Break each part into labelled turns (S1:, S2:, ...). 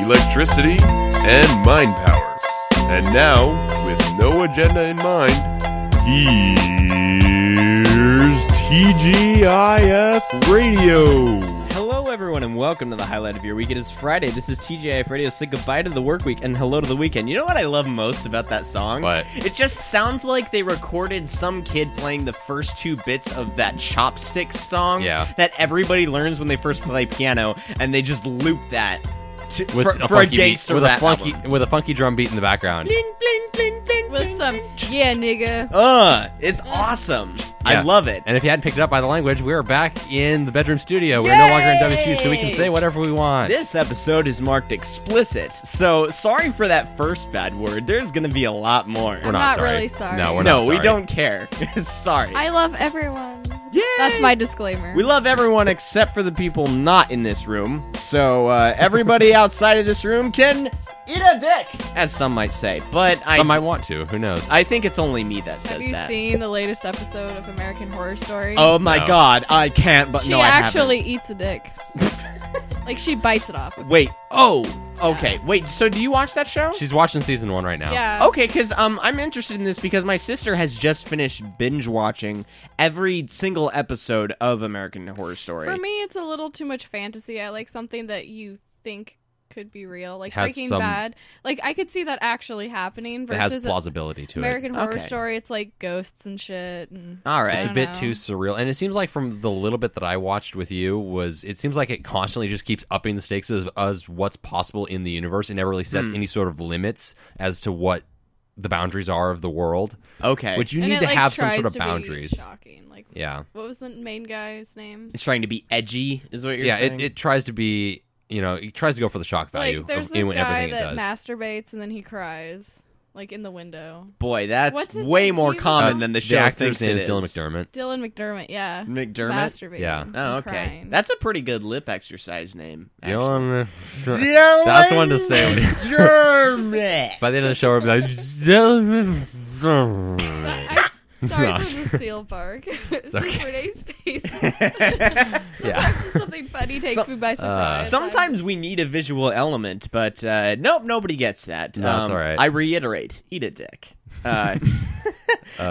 S1: electricity, and mind power. And now, with no agenda in mind, here's TGIF Radio.
S2: Hello, everyone, and welcome to the highlight of your week. It is Friday. This is TJIF Radio. Say goodbye to the work week and hello to the weekend. You know what I love most about that song?
S1: What?
S2: It just sounds like they recorded some kid playing the first two bits of that chopstick song
S1: Yeah.
S2: that everybody learns when they first play piano, and they just loop that to,
S3: with
S2: for,
S3: a
S2: for a
S3: funky beat,
S2: gangster
S3: with a
S2: rap
S3: funky
S2: album.
S3: with a funky drum beat in the background.
S2: Bling, bling, bling, bling,
S4: with
S2: bling.
S4: some yeah nigga
S2: Uh, it's awesome. I
S3: Yeah.
S2: love it.
S3: And if you hadn't picked it up by the language, we are back in the bedroom studio. We're no longer in WSU, so we
S2: Yay!
S3: can say whatever we want.
S2: This episode is marked explicit, so sorry for that first bad word. There's gonna be a lot more.
S3: we're not,
S4: I'm not
S3: sorry.
S4: really sorry.
S3: No, we're
S2: no,
S3: not.
S2: we
S3: sorry.
S2: don't care. sorry.
S4: i love everyone
S2: Yay!
S4: that's my disclaimer
S2: We love everyone except for the people not in this room. So uh, everybody outside of this room can eat a dick, as some might say. But I,
S3: Some might want to. Who knows?
S2: I think it's only me that says
S4: have you
S2: that.
S4: seen the latest episode of american horror story
S2: Oh my
S3: No.
S2: god, I can't. But
S4: she
S2: no, I haven't.
S4: actually eats a dick like she bites it off
S2: Wait. Oh. Okay. Wait. So do you watch that show?
S3: She's watching season one right now.
S4: yeah
S2: Okay, because um, I'm interested in this because my sister has just finished binge watching every single episode of American Horror Story.
S4: for me it's a little too much fantasy i like something that you think could be real like
S3: Has
S4: breaking
S3: some-
S4: bad like i could see that actually happening
S3: It has
S4: versus
S3: plausibility to it.
S4: american horror
S2: Okay.
S4: story it's like ghosts and shit and
S2: All
S4: I
S2: right.
S3: It's a
S4: don't
S3: bit
S4: know.
S3: too surreal, and it seems like from the little bit that I watched with you was it seems like it constantly just keeps upping the stakes as, as what's possible in the universe, and never really sets
S2: Hmm.
S3: any sort of limits as to what the boundaries are of the world.
S2: okay.
S3: Which you
S4: and
S3: need
S4: it,
S3: to
S4: like,
S3: have some
S4: tries
S3: sort of
S4: to be
S3: boundaries.
S4: shocking like
S3: Yeah.
S4: what was the main guy's name
S2: it's trying to be edgy, is what you're
S3: yeah,
S2: saying.
S3: it, it tries to be, you know, it tries to go for the shock value
S4: Like, there's
S3: of
S4: this
S3: in
S4: guy
S3: everything it
S4: that
S3: does.
S4: masturbates and then he cries, like in the window.
S2: Boy,
S4: What's
S2: that's
S4: his
S2: way
S4: name?
S2: more
S4: He was
S2: common
S4: on-
S2: than Um, the,
S3: Uh, the
S2: show
S3: actor's
S2: thinks
S3: name
S2: it
S3: is Dylan
S2: is.
S3: McDermott.
S4: Dylan McDermott, yeah.
S2: McDermott.
S4: Masturbating.
S3: Yeah.
S2: Oh,
S4: and
S2: okay.
S4: crying.
S2: That's a pretty good lip exercise name. actually.
S3: Dylan.
S2: Dylan
S3: That's the one to say when-
S2: McDermott.
S3: By the end of the show, we'll be like, Dylan.
S4: I, sorry
S3: Gosh.
S4: for the seal bark. it's
S3: okay.
S4: Renee's face. Sometimes when something funny takes
S2: Some-
S4: me
S3: Uh,
S4: by surprise. I'm-
S2: Sometimes we need a visual element, but uh, nope, nobody gets that. Um,
S3: No, it's all right.
S2: I reiterate, eat a dick. Uh,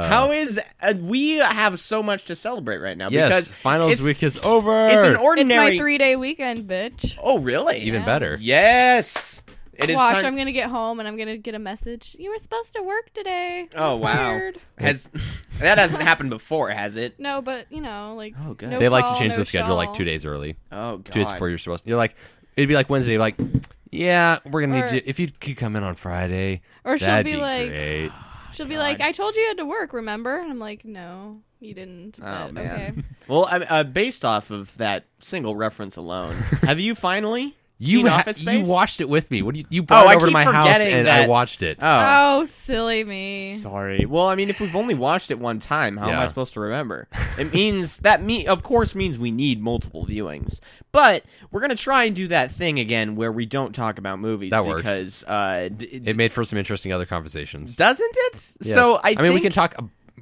S2: how is uh, we have so much to celebrate right now?
S3: Yes,
S2: because
S3: finals
S2: it's,
S3: week is over.
S2: It's an
S4: it's
S2: ordinary.
S4: my three day weekend, bitch.
S2: Oh, really?
S3: Even
S4: Yeah.
S3: better.
S2: Yes, it is.
S4: Watch,
S2: time-
S4: I'm gonna get home and I'm gonna get a message. You were supposed to work today.
S2: Oh wow,
S4: Weird.
S2: has that hasn't happened before, has it?
S4: No, but you know, like
S2: Oh, good.
S4: no
S3: They like
S4: call,
S3: to change
S4: no
S3: the schedule like
S4: show.
S3: two days early,
S2: Oh god.
S3: two days before you're supposed. You're like, it'd be like Wednesday. You're like, yeah, we're gonna
S4: Or-
S3: need you if you could come in on Friday.
S4: Or she'll
S3: that'd
S4: be like,
S3: great.
S4: She'll be like, "I told you you had to work, remember?" And I'm like, "No, you didn't."
S2: Oh,
S4: But,
S2: man. Well, I, uh, based off of that single reference alone, have you finally
S3: you
S2: seen
S3: ha-
S2: Office
S3: you
S2: Space? Oh,
S3: watched it with me. What do you, you brought
S2: I
S3: it over
S2: keep
S3: to my house
S2: forgetting
S3: and I
S2: that-
S3: watched it.
S2: Oh.
S4: Okay. Oh, silly me.
S2: Sorry. Well, I mean, if we've only watched it one time, how am I
S3: Yeah.
S2: supposed to remember? It means that me, of course, means we need multiple viewings. But we're gonna try and do that thing again where we don't talk about movies
S3: That works.
S2: because uh, d-
S3: it made for some interesting other conversations.
S2: doesn't it.
S3: Yes.
S2: So I,
S3: mean, we
S2: think-
S3: can talk.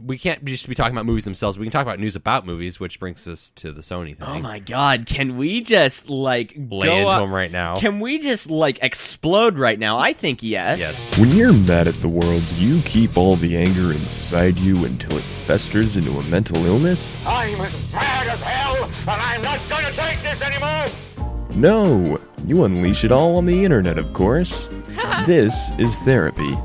S3: We can't just be talking about movies themselves. We can talk about news about movies, which brings us to the Sony thing.
S2: Oh my God! Can we just like
S3: Lay
S2: go
S3: into
S2: up-
S3: them right now.
S2: Can we just like explode right now? I think yes.
S3: Yes.
S5: When you're mad at the world, do you keep all the anger inside you until it festers into a mental illness?
S6: I'm as mad as hell, and I'm not gonna take this anymore!
S5: No! You unleash it all on the internet, of course. this is therapy.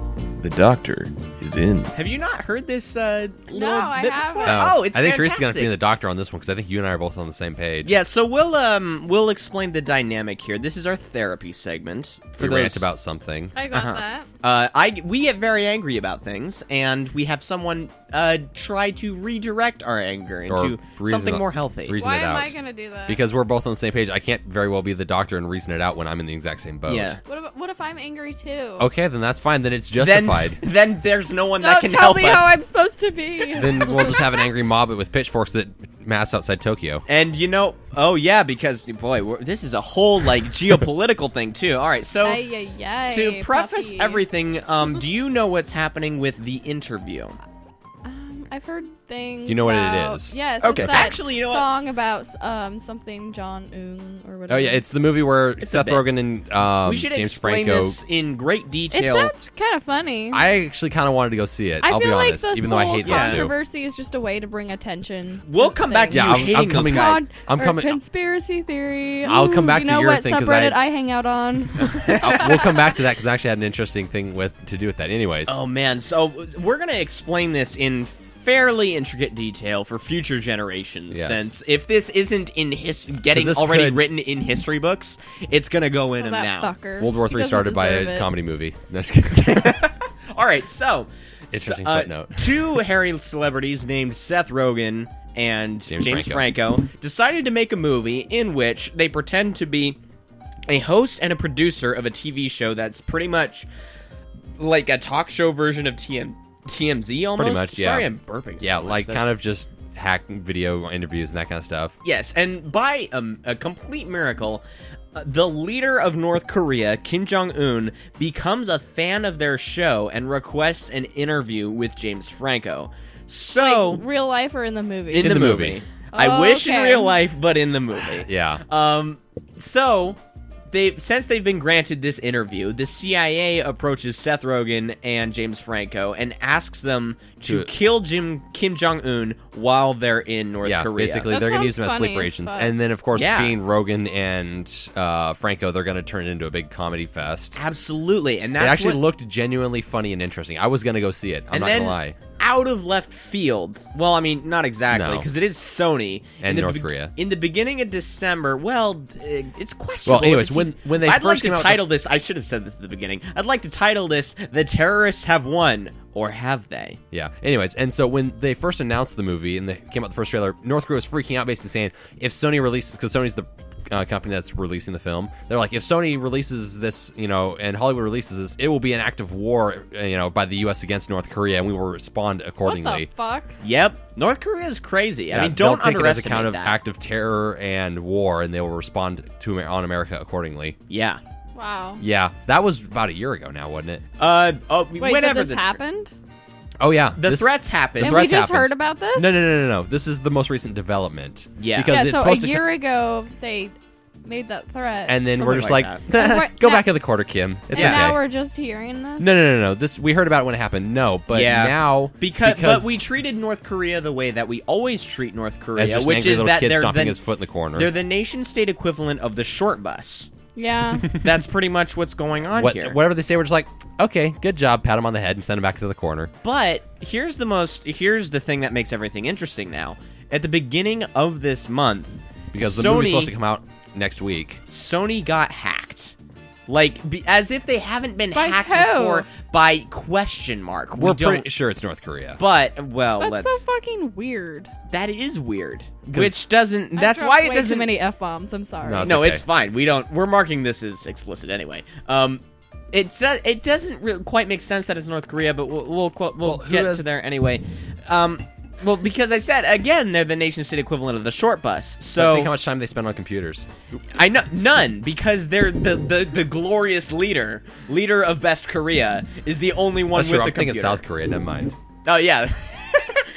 S5: The doctor is is in.
S2: Have you not heard this uh, little
S4: I
S2: bit
S4: haven't.
S2: before?
S3: No.
S2: Oh, it's
S3: I think
S2: fantastic.
S3: Teresa's gonna have to be in the doctor on this one because I think you and I are both on the same page.
S2: Yeah, so we'll um we'll explain the dynamic here. This is our therapy segment for
S3: we
S2: those
S3: rant about something.
S4: I got
S2: Uh-huh.
S4: that.
S2: Uh, I we get very angry about things, and we have someone uh try to redirect our anger
S3: Or
S2: into
S3: reason-
S2: something more healthy.
S3: reason
S4: Why
S3: it
S4: am
S3: out.
S4: I gonna do that?
S3: because we're both on the same page, I can't very well be the doctor and reason it out when I'm in the exact same boat.
S2: Yeah.
S4: what, about, what if I'm angry too?
S3: Okay, then that's fine. Then it's
S2: then
S3: justified.
S2: then there's no one
S4: Don't
S2: that can
S4: tell
S2: help
S4: me
S2: us.
S4: how I'm supposed to be.
S3: then we'll just have an angry mob with pitchforks that mass outside Tokyo.
S2: And you know, oh yeah, because boy, we're, this is a whole like geopolitical thing too. All right, so
S4: Ay, ay, ay,
S2: to preface
S4: puppy.
S2: everything, um, do you know what's happening with the interview?
S4: um, I've heard things.
S3: you know what it
S4: about-
S3: is?
S4: Yes.
S2: Okay.
S4: It's that
S2: Actually, you know what?
S4: song about um something John Un or
S3: Oh
S4: whatever.
S3: yeah, it's the movie where
S2: It's a
S3: Seth
S2: bit.
S3: Rogen and um,
S2: we should
S3: James
S2: explain
S3: Franco.
S2: this in great
S4: It
S2: detail.
S4: sounds kind of funny.
S3: I actually kind of wanted to go see it.
S4: I
S3: will
S4: feel
S3: be
S4: like
S3: honest,
S4: this
S3: even though
S4: whole
S3: I hate those two.
S4: controversy is just a way to bring attention.
S2: We'll
S4: to
S2: come back to
S4: things.
S3: Yeah, I'm-
S2: you
S3: I'm
S2: hating
S3: coming
S2: those guys.
S4: Con-
S3: I'm
S4: or
S3: coming-
S4: Conspiracy theory.
S3: I'll
S4: Ooh,
S3: come back
S4: you
S3: to
S4: know
S3: your
S4: what
S3: thing 'cause I-
S4: subreddit I hang out on.
S3: I'll- we'll come back to that because I actually had an interesting thing with to do with that. Anyways,
S2: Oh man, so we're gonna explain this in fairly intricate detail for future generations.
S3: Yes.
S2: Since if this isn't in his getting
S3: this
S2: already
S3: could-
S2: written in history books, it's gonna go in
S4: Oh,
S2: and
S4: that
S2: now.
S4: fucker.
S3: World War
S4: She
S3: Three
S4: doesn't
S3: started by
S4: deserve
S3: a
S4: it.
S3: comedy movie. No, just kidding.
S2: All right, so
S3: Interesting
S2: so, uh,
S3: footnote.
S2: two hairy celebrities named Seth Rogen and James,
S3: James
S2: Franco.
S3: Franco.
S2: decided to make a movie in which they pretend to be a host and a producer of a TV show that's pretty much like a talk show version of TM- TMZ almost.
S3: much, yeah.
S2: Sorry, I'm burping. so
S3: yeah,
S2: much.
S3: like
S2: That's-
S3: kind of just hack video interviews and that kind of stuff.
S2: Yes, and by um, a complete miracle, uh, the leader of North Korea, Kim Jong Un, becomes a fan of their show and requests an interview with James Franco. So,
S4: Like, real life or in the movie?
S2: in, the,
S3: the
S2: movie.
S3: movie.
S2: I
S4: Oh,
S2: wish in
S4: okay.
S2: real life, but in the movie.
S3: Yeah,
S2: Um, so they since they've been granted this interview, the CIA approaches Seth Rogen and James Franco and asks them to
S3: To-
S2: kill Jim Kim Jong Un while they're in North
S3: yeah.
S2: Korea.
S3: Basically,
S4: That
S3: they're gonna
S4: sounds
S3: use them as
S4: funny
S3: sleeper
S4: as
S3: agents,
S4: fuck.
S3: and then of course,
S2: Yeah.
S3: being Rogan and uh, Franco, they're gonna turn it into a big comedy fest.
S2: Absolutely, and that's
S3: it actually
S2: what-
S3: looked genuinely funny and interesting. I was gonna go see it. I'm
S2: and
S3: not
S2: then
S3: gonna lie.
S2: out of left field. Well, I mean, not exactly
S3: No.
S2: because it is Sony
S3: And
S2: In the
S3: North
S2: be-
S3: Korea.
S2: in the beginning of December. Well, d- it's questionable.
S3: Well, anyways,
S2: if it's-
S3: when- when they
S2: I'd like
S3: first came
S2: to
S3: out with
S2: title this, I should have said this at the beginning. I'd like to title this "The Terrorists Have Won" or have they?
S3: Yeah. Anyways, and so when they first announced the movie and they came out the first trailer, North Korea was freaking out, basically saying if Sony releases, because Sony's the uh, company that's releasing the film, they're like, if Sony releases this, you know, and Hollywood releases this, it will be an act of war, uh, you know, by the U.S. against North Korea, and we will respond
S4: what the
S3: accordingly.
S4: fuck?
S2: Yep, North Korea is crazy. I
S3: Yeah,
S2: mean, don't
S3: they'll take it as
S2: underestimate
S3: a count of
S2: that.
S3: act of terror and war, and they will respond to on America accordingly.
S2: yeah.
S4: Wow.
S3: Yeah, that was about a year ago now, wasn't it?
S2: Uh, oh,
S4: Wait,
S2: whenever
S4: did this
S2: the tr-
S4: happened?
S3: Oh yeah,
S2: the
S3: this-
S2: threats happened.
S3: The
S4: and
S3: threats
S4: we just
S3: happened.
S4: heard about this?
S3: No, no, no, no, no. This is the most recent development.
S2: Yeah.
S3: because
S4: yeah,
S3: it's
S4: so a
S3: supposed to.
S4: year ago they made that threat.
S3: and then we're
S2: Something
S3: just
S2: like
S3: like,
S4: that. And what-
S3: go
S4: now-
S3: back in the quarter, Kim. It's
S4: and
S3: okay.
S4: now we're just hearing this.
S3: no, no, no, no. This we heard about it when it happened. No, but
S2: Yeah.
S3: now
S2: Because, but we treated North Korea the way that we always treat North
S3: as
S2: Korea,
S3: just an
S2: which
S3: angry
S2: is
S3: little
S2: that
S3: kid
S2: they're
S3: stomping
S2: the,
S3: his foot in the corner.
S2: they're the nation state equivalent of the short bus.
S4: Yeah.
S2: That's pretty much what's going on
S3: What-
S2: here.
S3: whatever they say, we're just like, okay, good job. Pat him on the head and send him back to the corner.
S2: But here's the most here's the thing that makes everything interesting now. At the beginning of this month,
S3: Because
S2: Sony,
S3: the movie's supposed to come out next week.
S2: Sony got hacked. Like be, as if they haven't been
S4: By
S2: hacked
S4: who?
S2: before by question mark.
S3: We're
S2: we don't
S3: pretty sure it's North Korea.
S2: but well,
S4: That's
S2: let's
S4: so fucking weird.
S2: that is weird. Which doesn't that's
S4: I
S2: why
S4: dropped
S2: it
S4: way
S2: doesn't
S4: too many f bombs. I'm sorry.
S3: No, That's
S2: no,
S3: okay.
S2: it's fine. We don't. We're marking this as explicit anyway. Um, it's not- it doesn't re- quite make sense that it's North Korea, but we'll we'll, quote- we'll,
S3: Well, who
S2: get
S3: has-
S2: to there anyway. Um, well, because I said again, they're the nation state equivalent of the short bus.
S3: But
S2: So
S3: think how much time they spend on computers.
S2: I know none because they're the, the the glorious leader, leader of best Korea, is the only one
S3: That's
S2: with
S3: true.
S2: the
S3: I'm thinking
S2: computer.
S3: South Korea. Never mind.
S2: Oh yeah,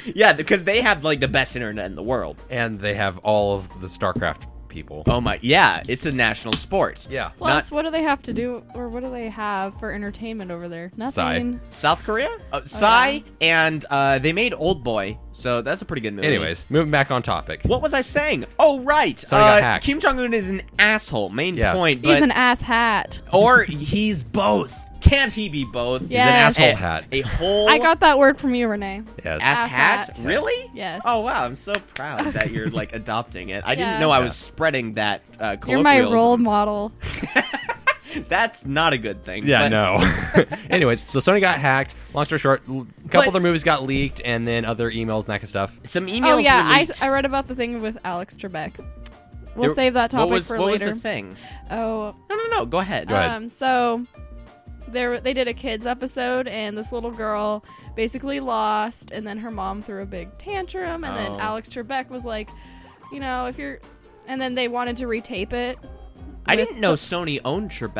S2: yeah, because they have like the best internet in the world.
S3: And they have all of the StarCraft people.
S2: Oh my, yeah, it's a national sport.
S3: Yeah.
S4: Plus, what do they have to do, or what do they have for entertainment over there? Nothing.
S2: South Korea?
S3: Oh,
S2: Uh, Psy, and uh, they made Old Boy, so that's a pretty good movie.
S3: Anyways, moving back on topic.
S2: What was I saying? Oh, right.
S3: Sony got
S2: Uh,
S3: hacked.
S2: Kim Jong Un is an asshole, main
S3: Yes.
S2: point.
S4: He's
S2: but-
S4: an ass hat.
S2: or he's both. Kim Can't he be both?
S4: Yes.
S3: an asshole
S2: A,
S3: hat.
S2: a whole
S4: I got that word from you, Renee.
S3: Yes.
S2: ass
S4: Ass
S2: hat?
S4: hat.
S2: Really?
S4: Yes.
S2: Oh wow, I'm so proud that you're like adopting it. I
S4: Yeah.
S2: didn't know I was spreading that uh,
S4: You're my
S2: colloquialism.
S4: role model.
S2: That's not a good thing.
S3: Yeah,
S2: but-
S3: no. Anyways, so Sony got hacked. Long story short, a couple
S2: But-
S3: other movies got leaked, and then other emails and that kind of stuff.
S2: Some emails.
S4: Oh yeah,
S2: were
S4: I,
S2: leaked.
S4: I read about the thing with Alex Trebek. We'll
S2: There-
S4: save that topic
S2: what was,
S4: for
S2: what
S4: later.
S2: was the thing?
S4: oh,
S2: No, no, no. Go ahead.
S3: Go ahead.
S4: um, so there they did a kids episode, and this little girl basically lost, and then her mom threw a big tantrum, and
S2: Oh.
S4: then Alex Trebek was like, you know, if you're, and then they wanted to retape it.
S2: I didn't know Sony owned Trebek.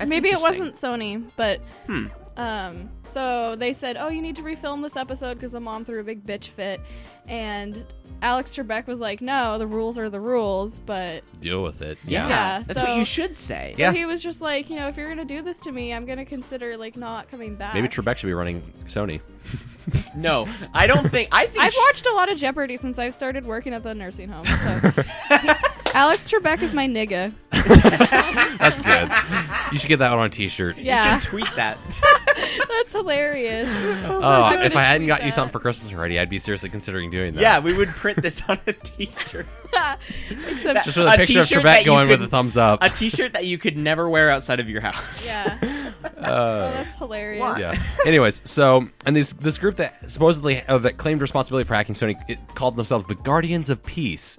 S2: That's
S4: Maybe it
S2: interesting.
S4: wasn't Sony, but
S2: Hmm.
S4: um, so they said, "Oh, you need to refilm this episode because the mom threw a big bitch fit," and Alex Trebek was like, "No, the rules are the rules," but
S3: Deal with it.
S2: Yeah,
S4: Yeah,
S2: that's
S4: so-
S2: what you should say.
S4: so
S3: Yeah.
S4: he was just like, you know, if you're gonna do this to me, I'm gonna consider like not coming back.
S3: Maybe Trebek should be running Sony.
S2: No, I don't think. I think
S4: I've
S2: sh-
S4: watched a lot of Jeopardy since I've started working at the nursing home. So Alex Trebek is my nigga.
S3: That's good. you should get that one on a T-shirt.
S4: Yeah,
S2: tweet that.
S4: that's hilarious.
S3: Oh,
S4: I'm
S3: if
S4: gonna
S3: I hadn't
S4: tweet
S3: got you
S4: that.
S3: something for Christmas already, I'd be seriously considering doing that.
S2: yeah, we would print this on a T-shirt.
S4: Except
S3: Just with a,
S2: A
S3: picture of
S2: t-shirt that
S3: Trebek
S2: you
S3: going with
S2: could-
S3: a thumbs up.
S2: A T-shirt that you could never wear outside of your house.
S4: yeah, oh,
S3: Uh,
S4: that's hilarious.
S3: yeah. Anyways, so and this this group that supposedly uh, that claimed responsibility for hacking Sony it called themselves the Guardians of Peace.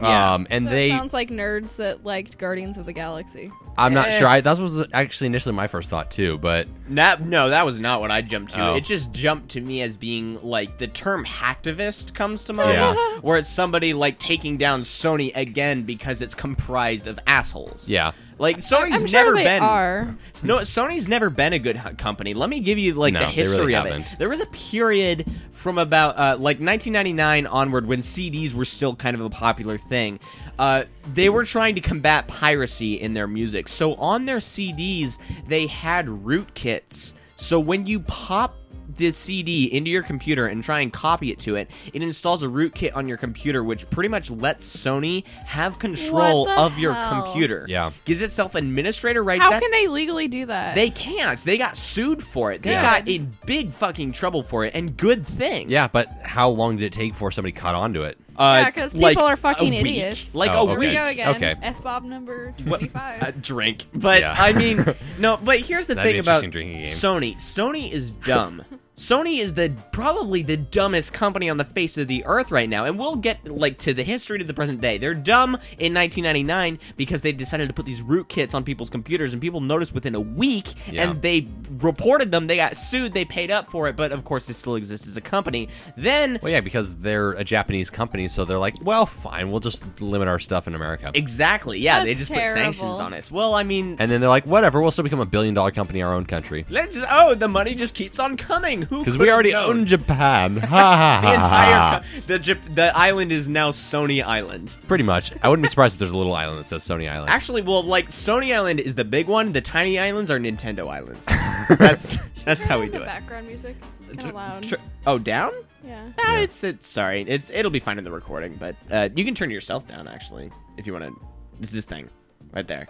S2: Yeah.
S3: Um, and
S4: So it
S3: they,
S4: sounds like nerds that liked Guardians of the Galaxy.
S3: I'm not
S2: Eh.
S3: sure. I, that was actually initially my first thought too, but
S2: That, no, that was not what I jumped to.
S3: Oh.
S2: It just jumped to me as being like the term hacktivist comes to mind,
S3: Yeah.
S2: where it's somebody like taking down Sony again because it's comprised of assholes.
S3: yeah.
S2: Like Sony's
S4: I'm sure
S2: never
S4: they
S2: been.
S4: are.
S2: No, Sony's never been a good h- company. Let me give you like
S3: No,
S2: the
S3: they
S2: history
S3: really
S2: of it.
S3: haven't.
S2: There was a period from about uh, like 1999 onward when CDs were still kind of a popular thing. Uh, they were trying to combat piracy in their music, so on their CDs they had rootkits. So when you pop the CD into your computer and try and copy it to it, it installs a rootkit on your computer, which pretty much lets Sony have control
S4: What the
S2: of your
S4: hell?
S2: computer.
S3: Yeah.
S2: gives itself administrator rights.
S4: How
S2: That's-
S4: can they legally do that?
S2: they can't. They got sued for it. They
S3: Yeah.
S2: got in big fucking trouble for it, and good thing.
S3: Yeah, but how long did it take before somebody caught onto it?
S2: Uh,
S4: Yeah, 'cause
S2: like
S4: people are fucking
S2: a week.
S4: idiots.
S2: Like
S3: Oh,
S2: a
S3: okay.
S4: Here
S2: week.
S4: we go again.
S3: Okay.
S4: F Bob number
S2: What-
S4: twenty-five.
S2: a drink. But
S3: Uh, Yeah.
S2: I mean, no. But here's the
S3: That'd
S2: thing
S3: be
S2: about
S3: interesting drinking game.
S2: Sony. Sony is dumb. Sony is the probably the dumbest company on the face of the earth right now, and we'll get like to the history to the present day. They're dumb in 1999 because they decided to put these rootkits on people's computers, and people noticed within a week,
S3: Yeah.
S2: and they reported them. They got sued. They paid up for it, but of course, it still exists as a company. Then
S3: Well, yeah, because they're a Japanese company, so they're like, well, fine, we'll just limit our stuff in America.
S2: exactly, yeah, they
S4: That's
S2: just put
S4: terrible.
S2: sanctions on us. Well, I mean,
S3: and then they're like, whatever, we'll still become a billion dollar company in our own country.
S2: let's just oh, the money just keeps on coming. Who
S3: Because we
S2: could've
S3: already
S2: known?
S3: own Japan. Ha ha
S2: the
S3: ha.
S2: entire co- the Jap- the island is now Sony Island.
S3: Pretty much. I wouldn't be surprised if there's a little island that says Sony Island.
S2: Actually, well, like Sony Island is the big one. The tiny islands are Nintendo islands. That's that's
S4: Turn
S2: how
S4: on
S2: we
S4: the
S2: do it.
S4: Background music. It's kind
S2: Tr-
S4: of loud.
S2: tr- oh, down?
S4: yeah.
S2: Ah, It's it's sorry. It's it'll be fine in the recording, but uh, you can turn yourself down actually if you want to. It's this thing right there.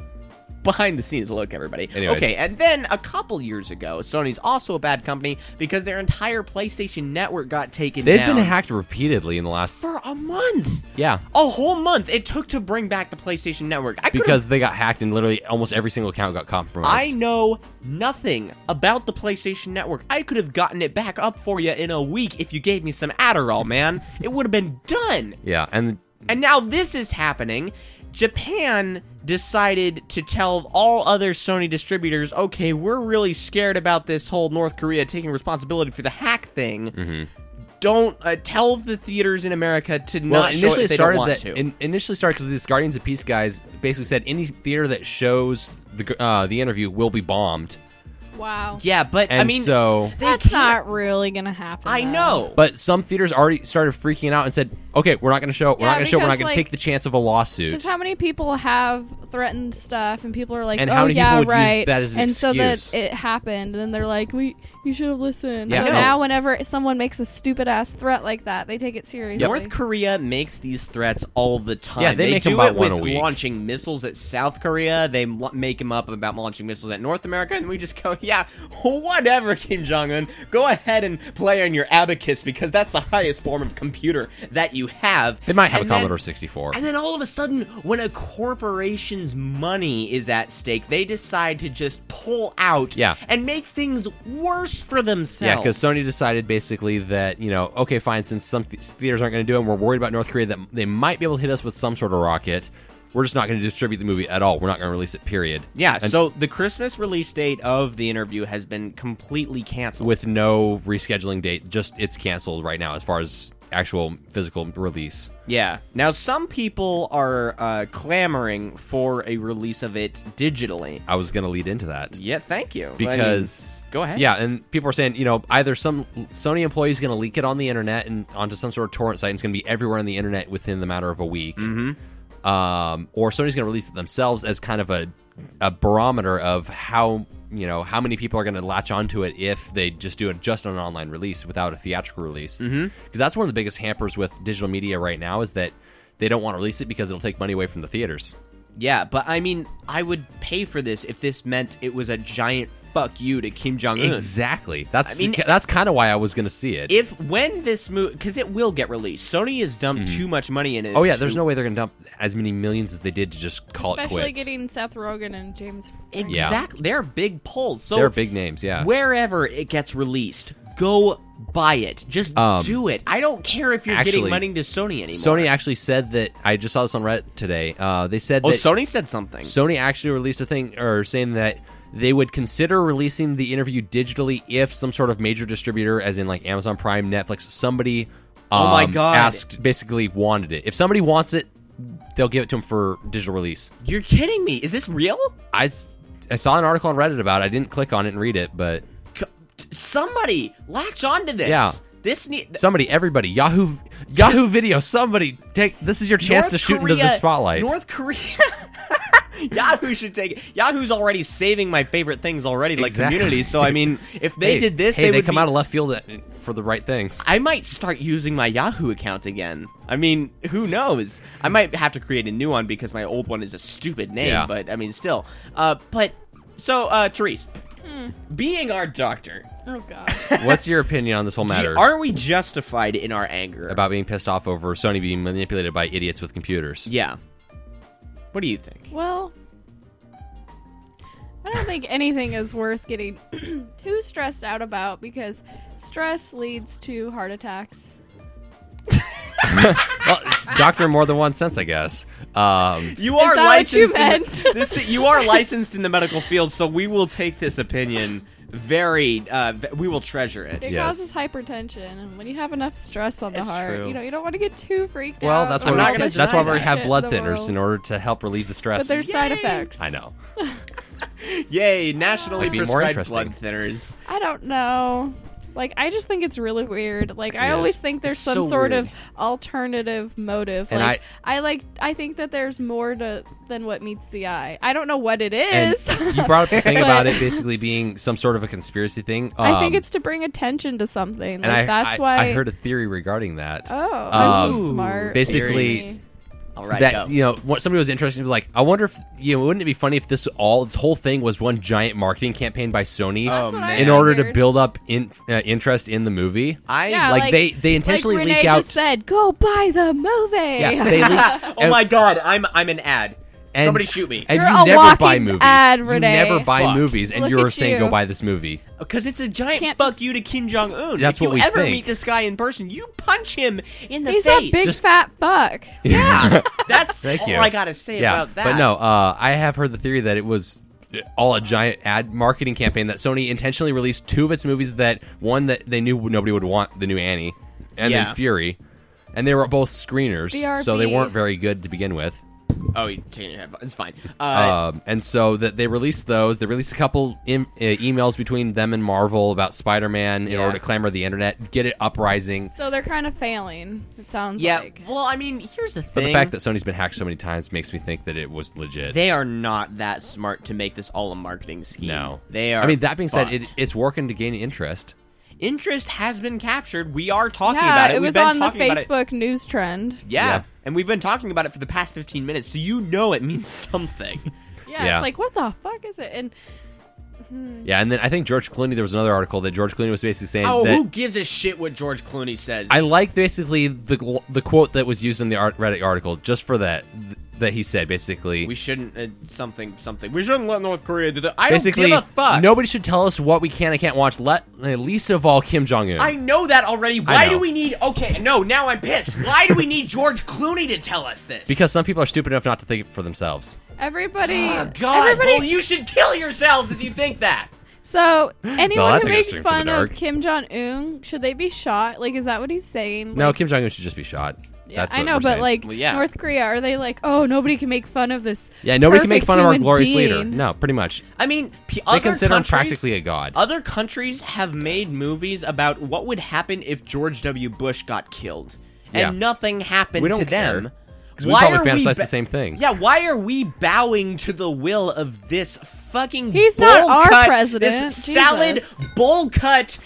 S2: Behind the scenes look, everybody.
S3: Anyways.
S2: Okay, and then a couple years ago, Sony's also a bad company because their entire PlayStation network got taken
S3: They've
S2: down
S3: been hacked repeatedly in the last.
S2: for a month.
S3: Yeah.
S2: A whole month it took to bring back the PlayStation Network. I could've-
S3: Because they got hacked and literally almost every single account got compromised.
S2: I know nothing about the PlayStation Network. I could have gotten it back up for you in a week if you gave me some Adderall, man. It would have been done.
S3: Yeah, and
S2: And now this is happening. Japan decided to tell all other Sony distributors, okay, we're really scared about this whole North Korea taking responsibility for the hack thing.
S3: Mm-hmm.
S2: Don't uh, tell the theaters in America to
S3: well,
S2: not show it
S3: initially
S2: if they
S3: started
S2: don't want
S3: that
S2: to.
S3: in- initially started because these Guardians of Peace guys basically said any theater that shows the uh, the interview will be bombed.
S4: Wow.
S2: yeah, but I
S3: And
S2: mean,
S3: so
S2: they
S4: That's
S2: can't-
S4: not really gonna happen.
S2: I
S4: though.
S2: know,
S3: But some theaters already started freaking out and said, "Okay, we're not going to show. it, We're
S4: Yeah,
S3: not going to show. it, We're not
S4: because,
S3: going
S4: like-
S3: to take the chance of a lawsuit."
S4: Because how many people have threatened stuff, and people are like,
S3: And
S4: "Oh
S3: how many people
S4: yeah,
S3: would use
S4: right,"
S3: that as an
S4: and so that
S3: excuse?
S4: it happened, and then they're like, "We, you should have listened."
S2: Yeah,
S4: so
S2: no.
S4: now, whenever someone makes a stupid ass threat like that, they take it seriously.
S2: North Korea makes these threats all the time.
S3: Yeah, they make
S2: do
S3: them about
S2: it
S3: one
S2: with
S3: a week.
S2: launching missiles at South Korea. They m- make them up about launching missiles at North America, and we just go, yeah, whatever, Kim Jong Un. Go ahead and play on your abacus because that's the highest form of computer that you have.
S3: They might have
S2: And
S3: a
S2: then-
S3: Commodore 64.
S2: and then all of a sudden, when a corporation's money is at stake, they decide to just pull out
S3: Yeah.
S2: and make things worse for themselves.
S3: Yeah, because Sony decided basically that you know, okay, fine, since some th- theaters aren't going to do it, and we're worried about North Korea that they might be able to hit us with some sort of rocket. We're just not going to distribute the movie at all. We're not going to release it. Period.
S2: Yeah,
S3: And
S2: so the Christmas release date of the interview has been completely canceled.
S3: with no rescheduling date, just it's canceled right now as far as actual physical release.
S2: yeah. Now, some people are uh, clamoring for a release of it digitally.
S3: I was going to lead into that.
S2: Yeah, thank you. I mean,
S3: because
S2: go ahead.
S3: Yeah, and people are saying you know either some Sony employee is going to leak it on the internet and onto some sort of torrent site and it's going to be everywhere on the internet within the matter of a week,
S2: Mm-hmm.
S3: um, or Sony's going to release it themselves as kind of a a barometer of how you know how many people are going to latch onto it if they just do it just on an online release without a theatrical release because
S2: Mm-hmm.
S3: that's one of the biggest hampers with digital media right now is that they don't want to release it because it'll take money away from the theaters.
S2: yeah, but I mean, I would pay for this if this meant it was a giant fuck you to Kim Jong Un.
S3: Exactly. That's
S2: I mean-
S3: that's kind of why I was going to see it.
S2: If when this movie, because it will get released, Sony has dumped too much money in it.
S3: Oh yeah, there's
S2: to-
S3: no way they're gonna dump as many millions as they did to just call
S4: Especially
S3: it quits.
S4: getting Seth Rogen and James. Franco.
S3: Yeah.
S2: exactly. They're big pulls. So
S3: They're big names, yeah.
S2: wherever it gets released, go buy it. Just
S3: Um,
S2: do it. I don't care if you're
S3: actually,
S2: getting money to Sony anymore.
S3: Sony actually said that I just saw this on Reddit today. Uh, they said
S2: Oh,
S3: that
S2: Sony said something.
S3: Sony actually released a thing or saying that they would consider releasing the interview digitally if some sort of major distributor, as in like Amazon Prime, Netflix, somebody.
S2: Oh my
S3: um,
S2: God.
S3: Asked basically wanted it. If somebody wants it, they'll give it to them for digital release.
S2: You're kidding me. Is this real?
S3: I s- I saw an article on Reddit about it. I didn't click on it and read it, but
S2: C- Somebody latch onto this.
S3: Yeah.
S2: This need.
S3: Somebody, everybody, Yahoo, Yahoo Video, somebody take this is your chance
S2: North
S3: to shoot into the
S2: Korea-
S3: spotlight.
S2: North Korea. Yahoo should take it. Yahoo's already saving my favorite things already, like
S3: Exactly.
S2: community. So I mean, if they
S3: Hey,
S2: did this,
S3: hey,
S2: they,
S3: they,
S2: would
S3: come
S2: be-
S3: out of left field at- for the right things.
S2: I might start using my Yahoo account again. I mean, who knows? I might have to create a new one because my old one is a stupid name,
S3: Yeah.
S2: but I mean, still. Uh, but, so, uh, Therese,
S4: Hmm.
S2: being our doctor,
S4: Oh god.
S3: What's your opinion on this whole
S2: do-
S3: matter
S2: are we justified in our anger?
S3: about being pissed off over Sony being manipulated by idiots with computers?
S2: Yeah. What do you think?
S4: Well, I don't think anything is worth getting too stressed out about because stress leads to heart attacks.
S3: Well, it's doctor in more than one sense, I guess. Um,
S2: You are
S4: that what you
S2: licensed. in the-
S4: meant?
S2: this, you are licensed in the medical field, so we will take this opinion very. Uh, ve- we will treasure it.
S4: It
S3: Yes.
S4: causes hypertension, and when you have enough stress on the
S2: It's
S4: heart,
S2: true.
S4: you know you don't want to get too freaked out.
S3: well, that's
S4: with
S3: why
S2: I'm
S4: all
S2: not
S3: we,
S2: gonna
S4: the
S3: that's why we
S4: shit
S3: have
S4: in
S3: blood
S4: the
S3: thinners
S4: world.
S3: in order to help relieve the stress.
S4: But there's side
S2: Yay!
S4: effects.
S3: I know.
S2: Yay! Nationally
S3: Might be more
S2: prescribed
S3: interesting.
S2: blood thinners.
S4: I don't know. Like I just think it's really weird. Like I
S3: Yes.
S4: always think there's
S3: It's
S4: some
S3: so
S4: sort
S3: weird.
S4: of alternative motive.
S3: And
S4: like I, like I think that there's more to than what meets the eye. I don't know what it
S3: And
S4: is.
S3: you brought up the thing
S4: But-
S3: about it basically being some sort of a conspiracy thing.
S4: I think
S3: Um,
S4: it's to bring attention to something.
S3: and
S4: like
S3: I,
S4: that's
S3: I-
S4: why
S3: I heard a theory regarding that.
S4: Oh, I'm so
S3: Um,
S4: smart.
S3: basically-
S4: Look at me.
S2: All right,
S3: that
S2: go.
S3: you know what somebody was interested was like i wonder if you know wouldn't it be funny if this all this whole thing was one giant marketing campaign by sony
S4: That's
S2: Oh,
S4: what
S2: man.
S4: I
S3: um, in order to
S4: figured.
S3: build up in, uh, interest in the movie
S2: I
S4: Yeah,
S3: like,
S4: like-
S3: they they intentionally
S4: like
S3: leak
S4: Renee
S3: out
S4: Just said, "Go buy the movie."
S3: yes they leak
S2: oh my god, I'm I'm an ad.
S3: and-
S2: Somebody shoot me.
S3: and
S4: You're
S3: you
S4: a
S3: never buy
S4: walking
S3: movies
S4: ad,
S3: you
S4: Renee.
S3: never buy
S2: Fuck.
S3: movies and
S4: Look
S3: you're
S4: at
S3: saying
S4: you.
S3: go buy this movie
S2: Because it's a giant
S4: Can't
S2: fuck
S4: just-
S2: you to Kim Jong Un.
S3: That's
S2: if you
S3: what we
S2: ever
S3: think.
S2: meet this guy in person, you punch him in the
S4: He's
S2: face.
S4: a big fat fuck.
S2: yeah, that's
S3: Thank
S2: all
S3: you.
S2: I gotta say
S3: yeah
S2: about that.
S3: but no uh, i have heard the theory that it was all a giant ad marketing campaign that sony intentionally released two of its movies that one that they knew nobody would want the new annie and
S2: Yeah.
S3: then fury and they were both screeners so they
S4: BRB.
S3: weren't very good to begin with
S2: Oh, you're taking your head. It's fine. Uh,
S3: um, and so that they released those they released a couple em- uh, emails between them and marvel about spider-man in
S2: Yeah.
S3: order to clamor the internet get it uprising
S4: So they're kind of failing. It sounds
S2: yeah.
S4: like.
S2: Well, I mean, here's the thing.
S3: but the fact that sony's been hacked so many times makes me think that it was legit
S2: they are not that smart to make this all a marketing scheme.
S3: no
S2: they are.
S3: i mean that being said it,
S2: fucked.
S3: it's working to gain interest
S2: interest has been captured. We are talking
S4: yeah,
S2: about it.
S4: it
S2: We've
S4: was
S2: been
S4: on the
S2: talking about it.
S4: Facebook news trend.
S2: Yeah.
S3: Yeah.
S2: and we've been talking about it for the past 15 minutes, so you know it means something.
S4: Yeah,
S3: Yeah.
S4: it's like what the fuck is it? And
S3: Yeah, and then I think George Clooney. There was another article that George Clooney was basically saying
S2: Oh,
S3: that
S2: who gives a shit what George Clooney says?
S3: I like basically the the quote that was used in the art, Reddit article just for that th- that he said basically.
S2: we shouldn't uh, something something. We shouldn't let North Korea do that. I
S3: basically,
S2: don't give a fuck.
S3: nobody should tell us what we can and can't watch. Let least of all Kim Jong Un.
S2: I know that already. Why do
S3: know.
S2: we need? Okay, no, now I'm pissed. Why do we need George Clooney to tell us this?
S3: because some people are stupid enough not to think for themselves.
S4: Everybody,
S3: Ah,
S2: Oh, God,
S4: everybody.
S2: well, you should kill yourselves if you think that.
S4: so anyone
S3: I
S4: who
S3: think it's
S4: makes
S3: dream for the
S4: fun of
S3: dark.
S4: Kim Jong Un, should they be shot? Like, is that what he's saying?
S3: No,
S4: Like,
S3: Kim Jong Un should just be shot.
S4: yeah,
S3: That's
S4: I
S3: what
S4: know,
S3: we're
S4: but
S3: saying.
S4: like
S2: Well, yeah.
S4: North Korea, are they like, oh, nobody can make fun of this?
S3: yeah, nobody can make
S4: perfect
S3: fun of our
S4: human
S3: glorious
S4: being.
S3: leader. No, pretty much.
S2: I mean, p-
S3: They
S2: other
S3: consider him
S2: countries-
S3: practically a god.
S2: Other countries have made movies about what would happen if George W. Bush got killed, and
S3: Yeah.
S2: nothing happened
S3: We don't
S2: to
S3: care,
S2: them.
S3: 'cause we
S2: Why
S3: probably
S2: are
S3: fantasize
S2: ba-
S3: the same thing.
S2: Yeah, why are we bowing to the will of this fucking
S4: He's
S2: bowl
S4: not our
S2: cut,
S4: president.
S2: This salad
S4: Jesus.
S2: bowl cut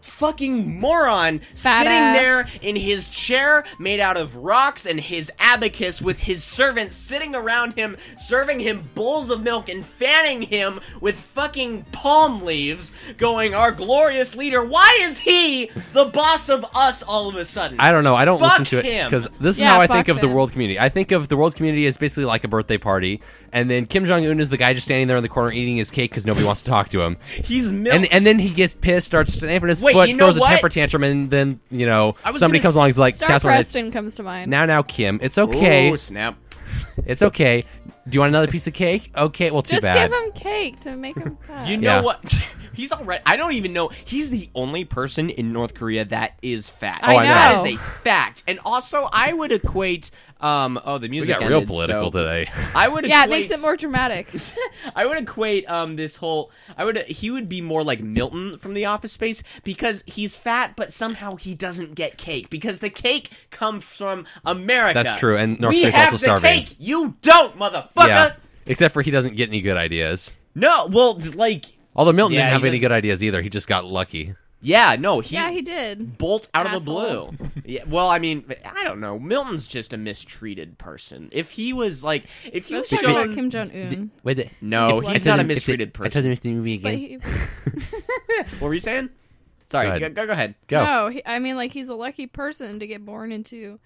S2: fucking moron sitting
S4: Badass.
S2: there in his chair made out of rocks and his abacus with his servants sitting around him serving him bowls of milk and fanning him with fucking palm leaves going our glorious leader why is he the boss of us all of a sudden
S3: I don't know. I don't
S2: Fuck
S3: listen to it
S2: him.
S3: because this is
S4: Yeah,
S3: how I
S4: fuck
S3: think of the
S4: him.
S3: world community. I think of the world community as basically like a birthday party, and then Kim Jong Un is the guy just standing there in the corner eating his cake because nobody wants to talk to him.
S2: he's milk
S3: And and then he gets pissed, starts stamping his
S2: Wait,
S3: foot,
S2: you know
S3: throws
S2: what?
S3: a temper tantrum, and then you know
S2: I was
S3: somebody
S2: gonna
S3: comes along, and is like,
S4: Star
S3: "Cass, what did I-
S4: Preston comes to mind.
S3: now, now, Kim, it's okay,
S2: Ooh, snap
S3: it's okay. Do you want another piece of cake? Okay, well, too
S4: Just
S3: bad.
S4: give him cake to make him. Cut.
S2: You know
S3: Yeah.
S2: what? He's already. I don't even know. He's the only person in North Korea that is fat.
S4: I Oh, I know.
S2: That
S4: know.
S2: is a fact. And also, I would equate. Um. Oh, the
S3: we
S2: music.
S3: got real
S2: ended,
S3: political
S2: so-
S3: today.
S2: I would.
S4: yeah, it
S2: equate-
S4: makes it more dramatic.
S2: I would equate um this whole. I would. He would be more like Milton from The Office Space because he's fat, but somehow he doesn't get cake because the cake comes from America.
S3: That's true, and North
S2: we
S3: Korea's
S2: have
S3: also
S2: the
S3: starving.
S2: Cake. You don't, motherfucker.
S3: yeah, except for he doesn't get any good ideas.
S2: No. Well, like.
S3: Although Milton
S2: Yeah,
S3: didn't
S2: he
S3: have any
S2: doesn't-
S3: good ideas either. He just got lucky.
S2: Yeah. No. He.
S4: yeah, he did.
S2: bolt out of the
S4: Asshole.
S2: blue. yeah, well, I mean, I don't know. Milton's just a mistreated person. If he was like, if he was
S4: Let's talk about
S2: shown,
S4: Kim Jong Un.
S3: Wait, the-
S2: no,
S4: He's
S2: he's
S4: like-
S2: Oh, not a mistreated person.
S3: him to movie
S4: But he,
S2: What were you saying? Sorry,
S3: Go ahead.
S2: go ahead. Go, go ahead.
S3: Go.
S4: no, he, I mean, like he's a lucky person to get born into,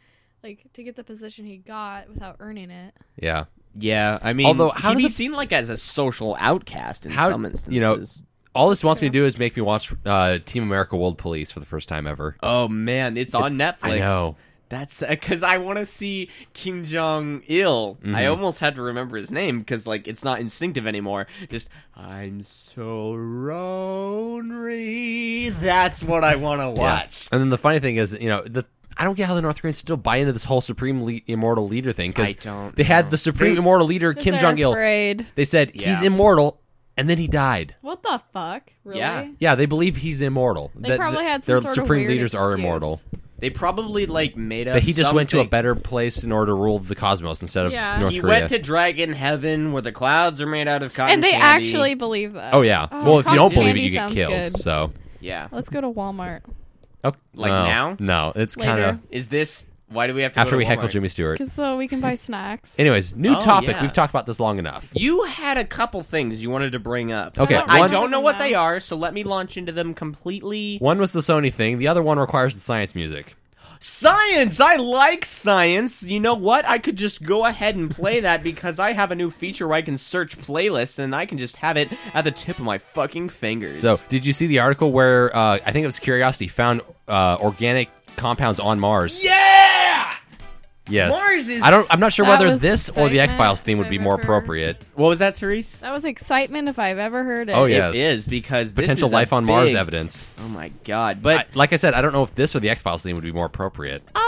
S4: like to get the position he got without earning it.
S3: Yeah.
S2: Yeah, I mean,
S3: Although, how
S2: he'd
S3: does
S2: be
S3: the-
S2: seen like as a social outcast in
S3: How-
S2: some instances.
S3: you know- All this wants me to do is make me watch uh, Team America World Police for the first time ever.
S2: oh man, it's, on Netflix.
S3: I know.
S2: That's because I want to see Kim Jong Il. I
S3: Mm-hmm.
S2: almost had to remember his name because, like, it's not instinctive anymore. Just I'm so lonely. That's what I want to watch.
S3: And then the funny thing is, you know, the I don't get how the North Koreans still buy into this whole supreme le- immortal leader thing
S2: I
S3: because
S2: don't
S3: they had
S2: know.
S3: the supreme immortal leader
S4: 'Cause
S3: Kim
S4: they're
S3: Jong Il.
S4: Afraid.
S3: They said he's
S2: Yeah.
S3: immortal, and then he died.
S4: What the fuck? Really?
S2: Yeah.
S3: Yeah, they believe he's immortal.
S4: They probably had some
S3: their
S4: sort of
S3: supreme
S4: weird
S3: leaders are
S4: excuse.
S3: immortal.
S2: They probably like made up.
S3: That he just went to a
S2: something.
S3: better place in order to rule the cosmos instead of
S4: Yeah.
S3: North
S2: He
S3: Korea.
S2: went to Dragon Heaven where the clouds are made out of cotton
S4: And they
S2: candy.
S4: actually believe that.
S3: oh yeah.
S4: Oh,
S3: well, if you don't
S4: cotton
S3: believe it,
S4: candy
S3: you get
S4: sounds
S3: killed.
S4: good.
S3: So.
S2: yeah.
S4: Let's go to Walmart
S3: Oh,
S2: Like
S3: no,
S2: now?
S3: No, it's
S4: Later.
S3: kind of
S2: Is this why do we have to go
S3: after
S2: to
S3: we
S2: Walmart?
S3: heckle Jimmy Stewart.
S4: because so we can buy snacks.
S3: Anyways, new
S2: Oh,
S3: topic.
S2: yeah.
S3: We've talked about this long enough.
S2: You had a couple things you wanted to bring up.
S3: Okay,
S4: I don't
S2: I
S3: one,
S2: don't know what they
S4: Now.
S2: are, so let me launch into them completely.
S3: one was the Sony thing. The other one requires the science music.
S2: Science! I like science! You know what? I could just go ahead and play that because I have a new feature where I can search playlists and I can just have it at the tip of my fucking fingers.
S3: So, did you see the article where uh, I think it was Curiosity found uh, organic compounds on Mars?
S2: Yeah!
S3: Yes.
S2: Mars is-
S3: I don't. I'm not sure
S4: That
S3: whether
S4: was
S3: this or the
S4: excitement
S3: X Files theme would
S4: I've
S3: be more
S4: ever-
S3: appropriate.
S2: What was that, Cerise?
S4: That was excitement if I've ever heard it.
S3: Oh, yeah. Yes.
S2: It is because this
S3: Potential
S2: is a
S3: life on Mars
S2: big-
S3: evidence.
S2: Oh my god! But
S3: I- like I said, I don't know if this or the X Files theme would be more appropriate
S2: uh,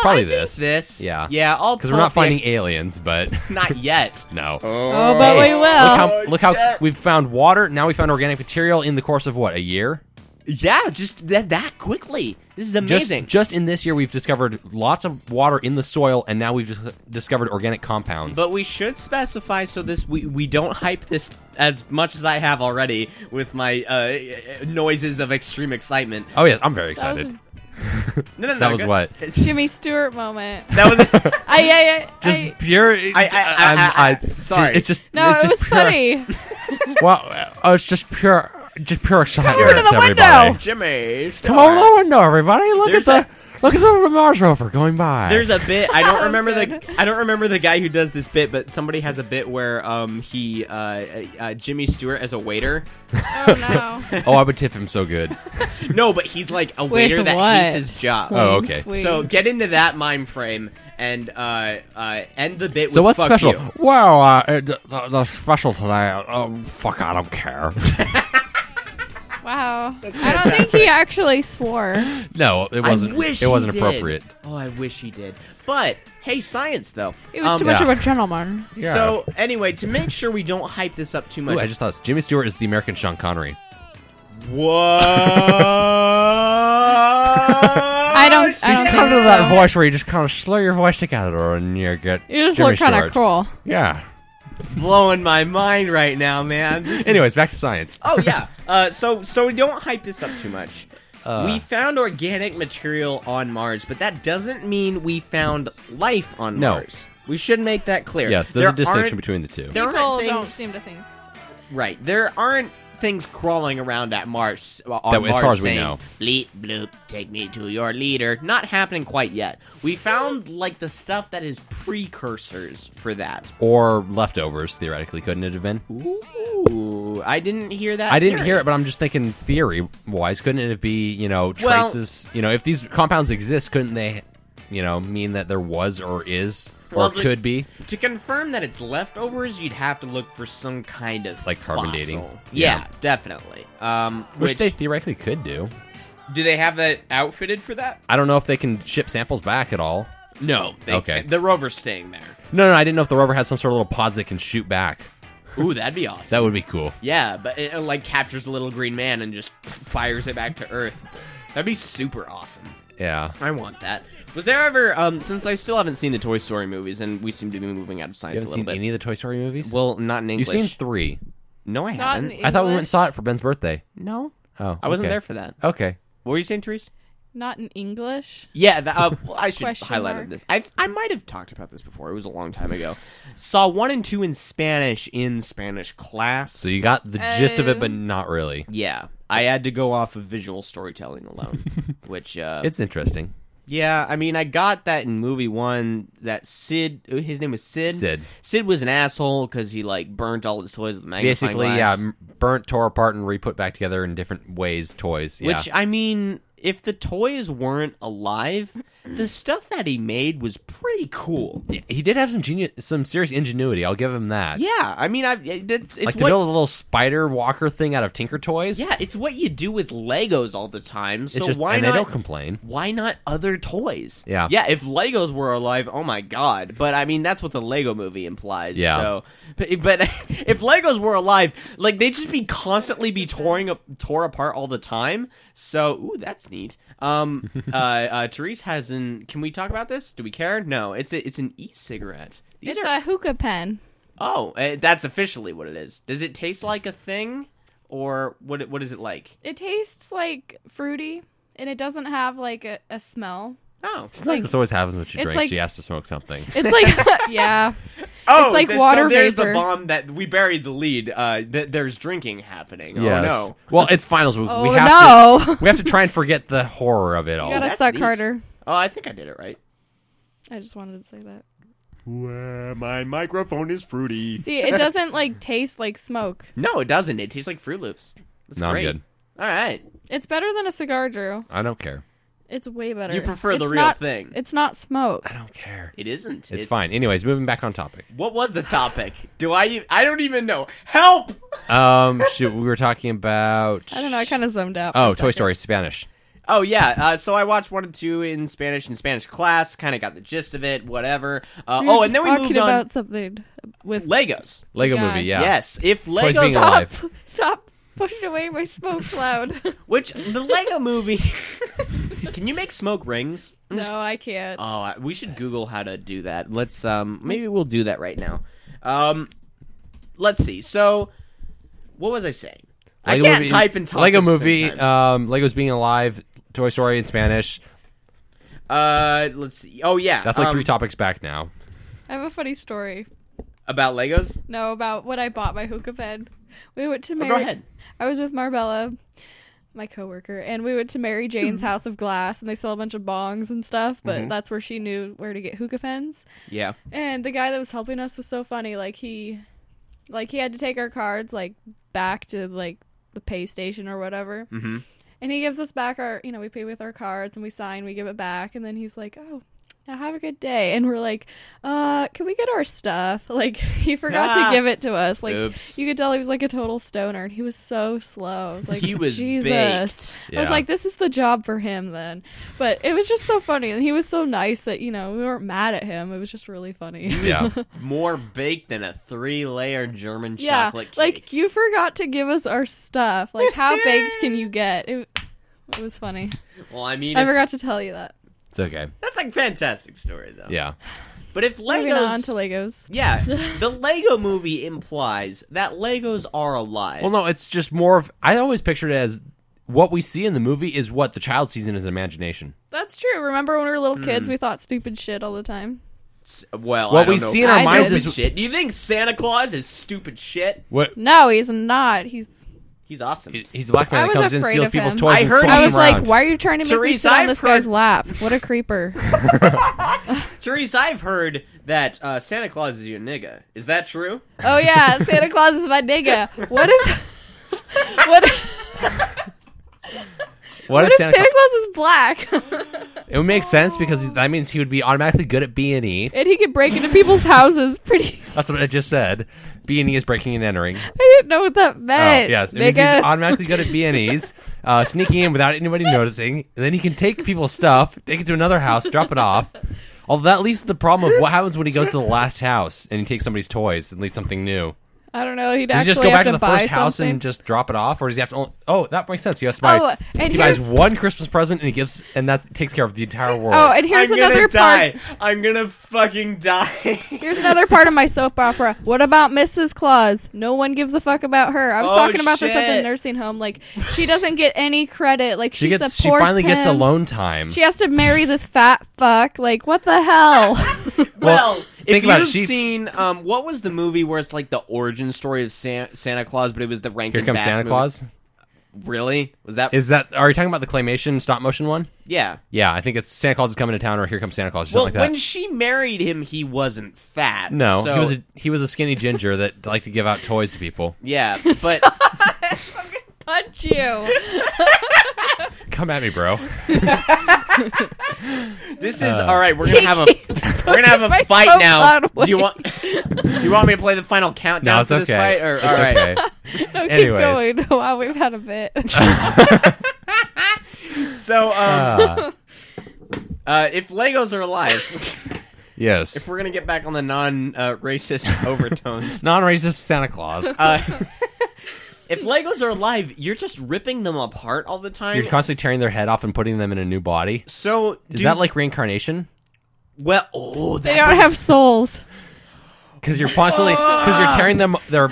S3: probably
S2: I think
S3: this.
S2: This.
S3: Yeah.
S2: Yeah. I'll
S3: because
S2: pull
S3: we're not
S2: up the
S3: finding
S2: ex-
S3: aliens, but
S2: Not yet.
S3: no.
S4: Oh, but
S3: Hey,
S4: we will.
S3: Look how look how we've found water. Now we found organic material in the course of what a year.
S2: Yeah. Just that that quickly. This is amazing.
S3: Just, just in this year, we've discovered lots of water in the soil, and now we've just discovered organic compounds.
S2: But we should specify so this we, we don't hype this as much as I have already with my uh, noises of extreme excitement.
S3: oh yeah, I'm very
S4: that was
S3: excited.
S4: a
S2: No, no, no.
S3: That was
S2: go-
S3: what?
S4: Jimmy Stewart moment.
S2: That was.
S4: I, I, I,
S3: Just
S4: I-
S3: pure.
S2: I- I-
S3: I'm-
S2: I- I- sorry.
S3: It's just
S4: no,
S3: it's
S4: it
S3: just
S4: was
S3: pure-
S4: funny.
S3: well, uh, it's just pure, just pure science,
S4: over to the
S3: everybody.
S4: window.
S2: Jimmy,
S3: Come over the window, everybody. Look
S2: There's
S3: at the look at the Mars rover going by.
S2: There's a bit I don't
S4: That was
S2: remember the
S4: good.
S2: I don't remember the guy who does this bit, but somebody has a bit where um he uh, uh, uh Jimmy Stewart as a waiter.
S4: Oh no.
S3: oh, I would tip him so good.
S2: No, but he's like a waiter that
S4: what?
S2: hates his job.
S3: Oh, okay.
S4: Wait.
S2: So get into that mind frame and uh, uh, end the bit.
S3: So
S2: with
S3: what's
S2: fuck
S3: special?
S2: You.
S3: Well, uh, it, the, the special today. Um, fuck, I don't care.
S4: wow. I don't think he actually swore.
S3: no, it wasn't.
S2: I wish
S3: it wasn't
S2: he did.
S3: appropriate.
S2: Oh, I wish he did. But hey, science though.
S4: It was
S2: Um,
S4: too much
S3: yeah.
S4: of a gentleman.
S2: So anyway, to make sure we don't hype this up too much,
S3: Ooh, I just thought this. Jimmy Stewart is the American Sean Connery.
S2: what?
S4: I don't. I
S3: You
S4: don't
S3: kind
S4: think
S3: of do
S4: so.
S3: that voice where you just kind of slur your voice together and you get.
S4: You just
S3: Jimmy
S4: look kind
S3: Stewart.
S4: of cruel.
S3: Yeah.
S2: blowing my mind right now, man. This is-
S3: Anyways, back to science.
S2: oh yeah. Uh, so so we don't hype this up too much.
S3: Uh.
S2: we found organic material on Mars, but that doesn't mean we found life on
S3: No.
S2: Mars. We should make that clear.
S3: Yes, there's
S2: There
S3: a distinction
S2: aren't-
S3: between the two.
S2: There aren't
S4: People
S2: things-
S4: don't seem to think.
S2: Right. There aren't things crawling around at Mars uh, on
S3: That- as
S2: Mars
S3: far as we
S2: saying,
S3: know.
S2: "Bleep bloop, take me to your leader." Not happening quite yet. We found like the stuff that is precursors for that.
S3: Or leftovers, theoretically, couldn't it have been?
S2: Ooh, I didn't hear that.
S3: I didn't
S2: theory.
S3: hear it, but I'm just thinking theory wise. Couldn't it be, you know,
S2: Well-
S3: traces? you know, if these compounds exist, couldn't they, you know, mean that there was or is or
S2: Well, the-
S3: could be?
S2: To confirm that it's leftovers, you'd have to look for some kind of
S3: Like carbon
S2: fossil.
S3: dating.
S2: Yeah,
S3: Yeah.
S2: definitely. Um,
S3: Which,
S2: which,
S3: they theoretically could do.
S2: do they have that outfitted for that?
S3: I don't know if they can ship samples back at all.
S2: No. They
S3: Okay.
S2: can't. The rover's staying there.
S3: No, no, I didn't know if the rover had some sort of little pods that can shoot back.
S2: Ooh, that'd be awesome.
S3: That would be cool.
S2: yeah, but it, uh, like captures the little green man and just fires it back to Earth. That'd be super awesome.
S3: Yeah.
S2: I want that. Was there ever um since I still haven't seen the Toy Story movies and we seem to be moving out of
S3: You
S2: science a
S3: haven't
S2: little
S3: seen
S2: bit.
S3: any of the Toy Story movies?
S2: well, not in
S3: You've
S2: English.
S3: seen three.
S2: no, I
S4: Not in
S2: haven't.
S3: I thought we went and
S4: English?
S3: saw it for Ben's birthday.
S2: No,
S3: Oh,
S2: I wasn't
S3: okay.
S2: there for that.
S3: Okay.
S2: What were you saying, Therese?
S4: Not in English.
S2: Yeah, the, uh, well, I should
S4: Question
S2: highlight
S4: mark.
S2: this. I I might have talked about this before. It was a long time ago. Saw one and two in Spanish in Spanish class.
S3: So you got the gist of it,
S4: Oh.
S2: Um,
S3: but not really.
S2: yeah, I had to go off of visual storytelling alone, which uh,
S3: It's interesting.
S2: yeah. I mean, I got that in movie one. That Sid, uh, his name was Sid.
S3: Sid.
S2: Sid was an asshole because he like burnt all his toys with a magnifying
S3: Basically, yeah,
S2: glass.
S3: m- burnt, tore apart, and re-put back together in different ways. Toys, yeah.
S2: Which I mean, if the toys weren't alive, the stuff that he made was pretty cool.
S3: he did have some genius, some serious ingenuity. I'll give him that.
S2: Yeah, I mean, I it's, it's
S3: like to
S2: what,
S3: build a little spider walker thing out of Tinker Toys.
S2: yeah, it's what you do with Legos all the time. So
S3: it's just
S2: why
S3: and
S2: not?
S3: they don't complain.
S2: why not other toys?
S3: Yeah.
S2: yeah. If Legos were alive, oh my god! But I mean, that's what the Lego Movie implies.
S3: Yeah.
S2: So, but, but if Legos were alive, like they'd just be constantly be touring up, tore apart all the time. So, ooh, that's neat. Um, uh, uh, Therese has an. Can we talk about this? Do we care? No. It's a, it's an e-cigarette. These
S4: it's
S2: are
S4: a hookah pen.
S2: Oh, eh, that's officially what it is. Does it taste like a thing, or what? What is it like?
S4: It tastes like fruity, and it doesn't have like a, a smell.
S2: Oh,
S3: It's like, this always happens when she
S4: it's
S3: drinks.
S4: like-
S3: she has to smoke something.
S4: It's like yeah.
S2: oh,
S4: It's like
S2: th-
S4: water
S2: So there's the
S4: vapor.
S2: bomb that we buried the lead. Uh, th- there's drinking happening.
S3: Yes.
S2: Oh no.
S3: Well, it's finals. We,
S4: Oh
S3: we have
S4: no.
S3: to we have to try and forget the horror of it all.
S4: you gotta
S2: that's
S4: suck
S2: neat.
S4: harder.
S2: Oh, I think I did it right.
S4: I just wanted to say that.
S5: Uh, my microphone is fruity.
S4: See, it doesn't like taste like smoke.
S2: No, it doesn't. It tastes like Fruit Loops. That's
S3: No, I'm
S2: great.
S3: good.
S2: All right.
S4: It's better than a cigar, Drew.
S3: I don't care.
S4: It's way better.
S2: You prefer the
S4: It's
S2: real
S4: not-
S2: thing.
S4: It's not smoke.
S3: I don't care.
S2: It isn't.
S3: It's, fine. Anyways, moving back on topic.
S2: What was the topic? Do I? e- I don't even know. Help!
S3: Um, shoot, we were talking about.
S4: I don't know. I kind of zoomed out. for a
S3: Oh, Toy
S4: second.
S3: Story Spanish.
S2: Oh yeah, uh, so I watched one and two in Spanish in Spanish class. Kind of got the gist of it. Whatever. Uh,
S4: We were
S2: oh, and then we
S4: talking
S2: moved on.
S4: about something with
S2: Legos.
S3: Lego
S4: God.
S3: movie. Yeah.
S2: Yes, if
S3: Toys being
S2: Legos,
S3: alive.
S4: stop, stop pushing away my smoke cloud.
S2: which the Lego movie, can you make smoke rings? I'm just-
S4: no, I can't.
S2: Oh, I- we should Google how to do that. Let's um, maybe
S3: Mm.
S2: we'll do that right now. Um, let's see. So, what was I saying? I can't
S3: movie,
S2: type and talk.
S3: Lego
S2: at the same
S3: movie.
S2: time.
S3: Um, Legos being alive. Toy Story in Spanish.
S2: Uh, let's see. Oh yeah,
S3: That's like
S2: um,
S3: three topics back now.
S4: I have a funny story.
S2: about Legos.
S4: No, about when I bought my hookah pen. We went to
S2: Oh,
S4: Mary.
S2: go ahead.
S4: I was with Marbella, my coworker, and we went to Mary Jane's
S2: Hmm.
S4: House of Glass, and they sell a bunch of bongs and stuff. But
S2: Mm-hmm.
S4: that's where she knew where to get hookah pens.
S2: Yeah.
S4: And the guy that was helping us was so funny. Like he, like he had to take our cards like back to like the pay station or whatever.
S2: Mhm.
S4: And he gives us back our, you know, we pay with our cards and we sign, we give it back, and then he's like, "Oh, now have a good day." And we're like, "Uh, can we get our stuff?" Like he forgot
S2: Ah.
S4: to give it to us. Like
S2: Oops.
S4: you could tell he was like a total stoner, and he was so slow. I was like,
S2: He was
S4: Jesus.
S2: baked.
S4: I
S3: Yeah.
S4: was like, this is the job for him then. But it was just so funny, and he was so nice that you know we weren't mad at him. It was just really funny.
S3: Yeah.
S2: More baked than a three-layer German
S4: yeah,
S2: chocolate cake.
S4: like you forgot to give us our stuff. Like how baked can you get? It, it was funny.
S2: well, I mean,
S4: I
S2: it's-
S4: forgot to tell you that.
S3: It's okay.
S2: That's a fantastic story, though.
S3: Yeah.
S2: But if
S4: Moving on
S2: Legos,
S4: to Legos.
S2: yeah, the Lego Movie implies that Legos are alive.
S3: Well, no, it's just more of. I always pictured it as what we see in the movie is what the child sees in his imagination.
S4: That's true. Remember when we were little
S2: Hmm.
S4: kids, we thought stupid shit all the time.
S2: S- well,
S3: What
S2: I don't
S3: we
S2: know
S3: see
S2: if
S3: in our
S2: it's
S3: minds
S2: stupid
S3: is-
S2: shit. Do you think Santa Claus is stupid shit?
S3: What
S4: No, he's not. He's.
S2: He's awesome.
S3: he's a black
S4: I
S3: man that
S4: was
S3: comes in,
S4: afraid
S3: steals
S4: of
S3: people's
S4: him.
S3: toys,
S2: I
S3: and
S2: heard-
S3: swaps
S4: I
S2: Awesome
S4: was
S3: them around.
S4: like, why are you trying to make me
S2: Therese,
S4: sit on
S2: I've
S4: this guy's
S2: heard-
S4: lap? What a creeper.
S2: Therese, I've heard that uh, Santa Claus is your nigga. Is that true?
S4: Oh yeah, Santa Claus is my nigga. What if what if,
S3: What, if Santa? Claus-
S4: Claus is black?
S3: it would make sense because that means he would be automatically good at B and E.
S4: and he could break into people's houses pretty
S3: That's what I just said. B and E is breaking and entering.
S4: I didn't know what that
S3: Oh,
S4: meant.
S3: yes, it means he's
S4: nigga.
S3: automatically good at B and E's, uh, sneaking in without anybody noticing. And then he can take people's stuff, take it to another house, drop it off. Although that leads to the problem of what happens when he goes to the last house and he takes somebody's toys and leaves something new.
S4: I don't know. He'd
S3: Does
S4: actually
S3: he just go back
S4: have
S3: to the
S4: buy
S3: first house
S4: something.
S3: and just drop it off, or does he have to? Only, oh, that makes sense. He has to buy.
S4: Oh, and
S3: he buys
S4: here's-
S3: one Christmas present and he gives, and that takes care of the entire world.
S4: Oh, and here's
S2: I'm
S4: another
S2: gonna die.
S4: part.
S2: I'm gonna fucking die.
S4: Here's another part of my soap opera. What about Mrs. Claus? No one gives a fuck about her. I was
S2: Oh,
S4: talking about this at the
S2: shit.
S4: nursing home. Like she doesn't get any credit. Like she,
S3: she gets. She
S4: supports
S3: finally gets
S4: him.
S3: alone time.
S4: She has to marry this fat fuck. Like what the hell?
S3: Well,
S2: Well,
S3: think
S2: if
S3: about it,
S2: you've
S3: she-
S2: seen um, what was the movie where it's like the origin story of San- Santa Claus, but it was the Rankin
S3: Here comes
S2: Bass
S3: Santa
S2: movie.
S3: Claus.
S2: Really? Was that?
S3: Is that? Are you talking about the claymation stop motion one?
S2: yeah.
S3: Yeah, I think it's Santa Claus is coming to town, or Here comes Santa Claus, or
S2: Well,
S3: something like
S2: when
S3: that.
S2: she married him, he wasn't fat.
S3: no,
S2: so,
S3: he was a, he was a skinny ginger that liked to give out toys to people.
S2: yeah, but
S4: Punch you.
S3: Come at me, bro.
S2: this is
S3: Uh,
S2: all right. We're gonna have a we're gonna have a
S4: my
S2: fight
S4: soap
S2: now.
S4: on
S2: Do you want you want me to play the final countdown
S3: No, it's
S2: for
S3: okay.
S2: this fight? Or
S3: it's
S2: all right.
S3: okay.
S4: No, keep
S3: Anyways.
S4: going. Wow, we've had a bit.
S2: So,
S3: Ah,
S2: um, uh, if Legos are alive,
S3: yes.
S2: if we're gonna get back on the non-racist overtones,
S3: Non-racist Santa Claus.
S2: uh, if Legos are alive, you're just ripping them apart all the time.
S3: You're constantly tearing their head off and putting them in a new body.
S2: so
S3: Is
S2: do-
S3: that like reincarnation?
S2: well? Oh, that
S4: they don't
S2: brings-
S4: have souls.
S3: Because you're constantly because you're tearing them their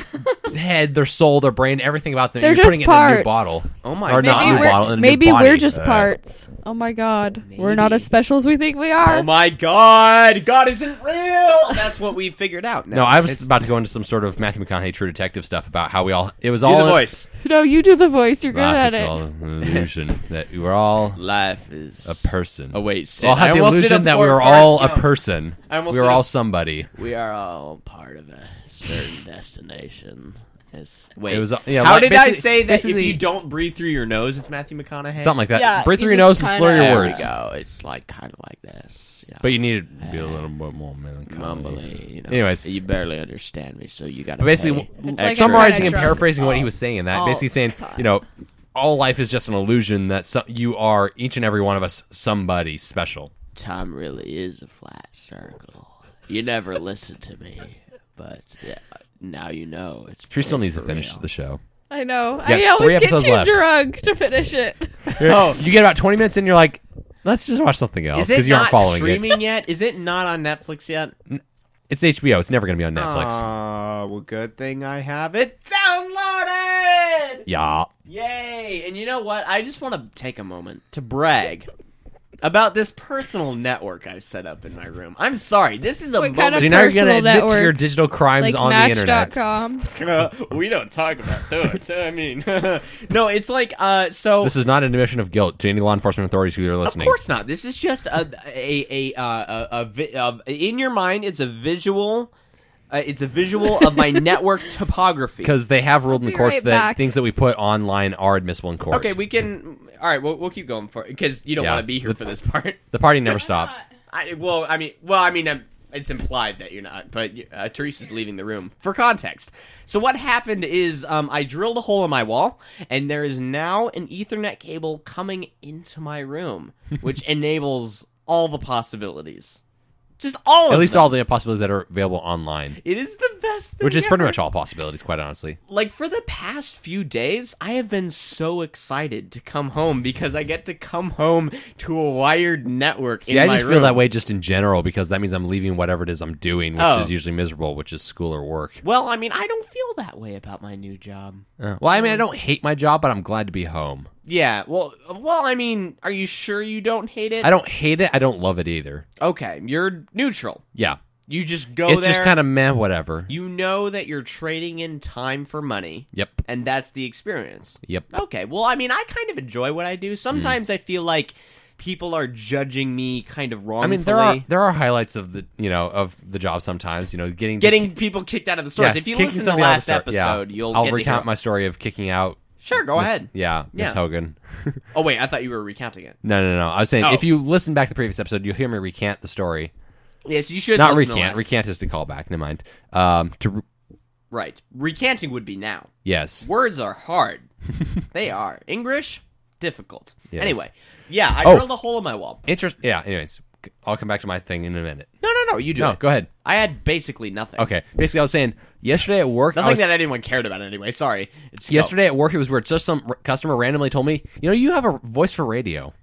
S3: head, their soul, their brain, everything about them.
S4: They're
S3: and you're putting
S4: just
S3: it in a new
S4: parts.
S3: bottle.
S2: Oh my
S3: Or not
S2: God.
S3: in
S4: Maybe
S3: a new bottle, in
S4: we're,
S3: a new
S4: maybe
S3: body.
S4: we're just
S3: Uh,
S4: parts. Oh my god, we're not as special as we think we are.
S2: Oh my god, God isn't real. That's what we figured out. Now.
S3: No, I was
S2: It's-
S3: about to go into some sort of Matthew McConaughey True Detective stuff about how we all it was
S2: do
S3: all
S2: the voice.
S4: no, you do the voice. You're good
S3: Life
S4: at
S3: is
S4: it.
S3: all an illusion that we were all
S2: Life is
S3: a person.
S2: Oh wait,
S3: we all
S2: I
S3: had the
S2: almost did
S3: illusion
S2: a
S3: that we were
S2: Forrest
S3: all a
S2: Gump.
S3: person.
S2: I almost
S3: We were
S2: did a-
S3: all somebody.
S2: We are all part of a certain destination. It's, wait,
S3: It was- yeah,
S2: how
S3: like,
S2: did I
S3: basi-
S2: say that if
S3: basically-
S2: you don't breathe through your nose, it's Matthew McConaughey?
S3: Something like that.
S4: Yeah,
S3: Breathe
S4: you
S3: through your nose
S4: just
S3: and
S4: kinda-
S3: slur your
S2: there
S3: words.
S2: we go. It's like kind of like this. You know,
S3: But you need to be a little bit more melancholy.
S2: mumbly. You know,
S3: Anyways.
S2: you barely understand me, so you got to
S3: But basically,
S2: Pay
S3: w-
S4: like
S2: extra.
S3: summarizing and
S4: drunk
S3: paraphrasing what he was saying in that,
S4: all
S3: basically saying,
S4: the time.
S3: you know, all life is just an illusion that so- you are each and every one of us somebody special.
S2: time really is a flat circle. You never listened to me, but yeah, now you know. It's
S3: She still
S2: it's
S3: needs to
S2: for
S3: finish
S2: real.
S3: the show.
S4: I know.
S3: You
S4: I
S3: got three
S4: always get
S3: episodes
S4: too
S3: left.
S4: drunk to finish it.
S3: Oh, you get about twenty minutes and you're like, let's just watch something else
S2: Is it
S3: because Oh, you
S2: not
S3: aren't following
S2: streaming
S3: it.
S2: yet? Is it not on Netflix yet?
S3: It's HBO. It's never going to be on Netflix.
S2: Oh, well, good thing I have it downloaded.
S3: yeah.
S2: Yay! And you know what? I just want to take a moment to brag about this personal network I've set up in my room. I'm sorry. This is a
S4: What kind
S2: moment.
S4: of
S3: So now you're gonna
S4: personal
S3: admit to
S4: network,
S3: your digital crimes
S4: like
S3: on the internet.
S4: Match.com.
S2: we don't talk about those. I mean, no, it's like uh. So
S3: This is not an admission of guilt to any law enforcement authorities who are listening.
S2: Of course not. This is just a a a, uh, a, a, vi- uh in your mind. It's a visual. Uh, it's a visual of my network topography.
S3: Because they have ruled in
S4: We'll
S3: the
S4: be
S3: courts
S4: right
S3: that
S4: back.
S3: things that we put online are admissible in court.
S2: okay, we can. All right, we'll, we'll keep going for because you don't
S3: Yeah.
S2: want to be here for this part.
S3: the party never stops.
S2: I, well, I mean, well, I mean, um it's implied that you're not, but uh, Teresa's leaving the room for context. So what happened is, um, I drilled a hole in my wall, and there is now an Ethernet cable coming into my room, which enables all the possibilities, just all.
S3: At
S2: of
S3: least
S2: them.
S3: all the possibilities that are available online,
S2: It is the best, thing
S3: which is pretty
S2: ever.
S3: much all possibilities, quite honestly.
S2: Like for the past few days, I have been so excited to come home because I get to come home to a wired network.
S3: See,
S2: in
S3: I
S2: my
S3: just feel
S2: room.
S3: that way just in general because that means I'm leaving whatever it is I'm doing, which
S2: Oh.
S3: is usually miserable, which is school or work.
S2: Well, I mean, I don't feel that way about my new job.
S3: Uh, well, I mean, I don't hate my job, but I'm glad to be home.
S2: Yeah, well, well, I mean, are you sure you don't hate it?
S3: I don't hate it. I don't love it either.
S2: Okay, you're neutral.
S3: Yeah,
S2: You just go
S3: it's
S2: Oh, there.
S3: just kind of meh, whatever.
S2: You know that you're trading in time for money,
S3: Yep,
S2: and that's the experience.
S3: yep. Hmm.
S2: Okay, well, I mean, I kind of enjoy what I do. Sometimes I feel like people are judging me kind of wrongfully.
S3: I mean, there are there are highlights of the you know of the job sometimes. You know, getting
S2: getting people kicked out of the stores.
S3: yeah,
S2: if you
S3: kicking
S2: listen to the
S3: somebody out of
S2: last
S3: store. Yeah.
S2: episode, you'll
S3: I'll
S2: get to
S3: recount
S2: hear-
S3: my story of kicking out.
S2: Sure, go
S3: Miss-
S2: ahead.
S3: Yeah, Miss
S2: Yeah.
S3: Hogan.
S2: Oh wait, I thought you were recounting it.
S3: No, no, no. I was saying
S2: Oh.
S3: if you listen back to the previous episode, you'll hear me recant the story.
S2: Yes, you should
S3: Not
S2: listen to
S3: recant.
S2: last-
S3: Recant is to call back. Never mind. Um, to re-
S2: Right, recanting would be now.
S3: yes.
S2: Words are hard. they are. English, difficult.
S3: Yes.
S2: Anyway, yeah, I
S3: Oh.
S2: drilled a hole in my wall.
S3: Interest. Yeah. Anyways, c- I'll come back to my thing in a minute.
S2: No, no, no, you do
S3: No,
S2: it.
S3: go ahead.
S2: I had basically nothing.
S3: Okay. Basically, I was saying yesterday at work. I
S2: Nothing
S3: was-
S2: that anyone cared about anyway. Sorry. It's
S3: yesterday at work, it was weird. Just some r- customer randomly told me, you know, you have a voice for radio.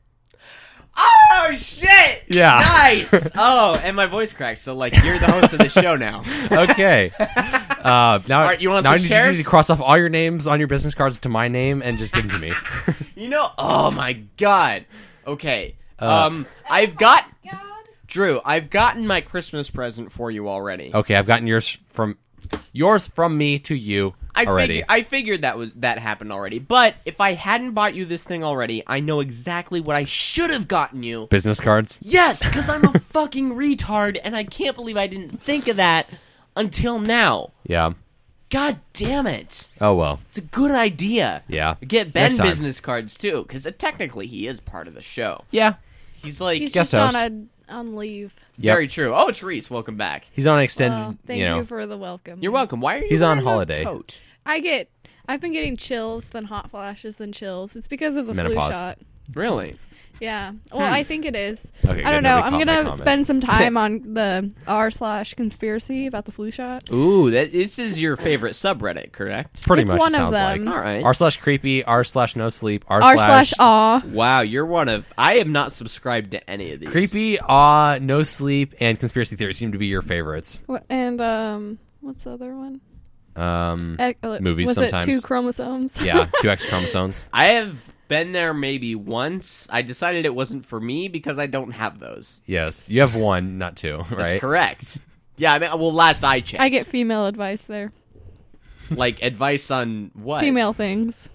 S2: Oh, shit!
S3: Yeah.
S2: Nice! oh, and my voice cracked, so, like, you're the host of the show now.
S3: Okay. uh, now,
S2: right, you want
S3: now I
S2: some
S3: need
S2: shares?
S3: you to cross off all your names on your business cards to my name and just give them to me.
S2: You know, oh my god. Okay.
S3: Uh.
S2: um, I've got.
S4: God.
S2: Drew, I've gotten my Christmas present for you already.
S3: okay, I've gotten yours from yours from me to you
S2: I
S3: already.
S2: Fig- I figured that was that happened already. But if I hadn't bought you this thing already, I know exactly what I should have gotten you.
S3: business cards.
S2: Yes, because I'm a fucking retard, and I can't believe I didn't think of that until now.
S3: Yeah.
S2: God damn it!
S3: Oh well.
S2: It's a good idea.
S3: Yeah. Next
S2: Get Ben
S3: time.
S2: business cards too, because technically he is part of the show.
S3: Yeah.
S2: He's like
S4: He's
S3: Guest
S4: just on
S3: host.
S4: a on leave.
S3: Yep.
S2: very true. Oh, it's Reese. Welcome back.
S3: He's on extended.
S4: Well, thank
S3: you
S4: you,
S3: know.
S4: for the welcome.
S2: You're welcome. Why are you?
S3: He's on
S2: wearing a
S3: holiday.
S2: Coat?
S4: I get. I've been getting chills, then hot flashes, then chills. It's because of the
S3: Menopause.
S4: flu shot.
S2: Really?
S4: Yeah. Well, I think it is.
S3: Okay,
S4: I
S3: good.
S4: don't know.
S3: Nobody caught
S4: I'm
S3: my
S4: gonna
S3: comment.
S4: spend some time on the r slash conspiracy about the flu shot.
S2: Ooh, that this is your favorite subreddit, correct?
S3: Pretty
S4: It's
S3: much.
S4: one
S3: it
S4: of
S3: sounds
S4: them.
S3: like
S2: All right.
S3: r slash creepy. R slash no sleep. R
S4: R slash aw.
S2: Wow, you're one of. I am not subscribed to any of these.
S3: creepy. Awe. No sleep. And conspiracy theory seem to be your favorites.
S4: What- And um, what's the other one?
S3: Um.
S4: Ec- uh,
S3: Movies
S4: was
S3: sometimes.
S4: it two chromosomes?
S3: yeah. Two X chromosomes.
S2: I have been there maybe once. I decided it wasn't for me because I don't have those.
S3: Yes. You have one, not two. Right.
S2: That's correct. Yeah, I mean, well, last I checked,
S4: I get female advice there.
S2: like advice on what
S4: Female things.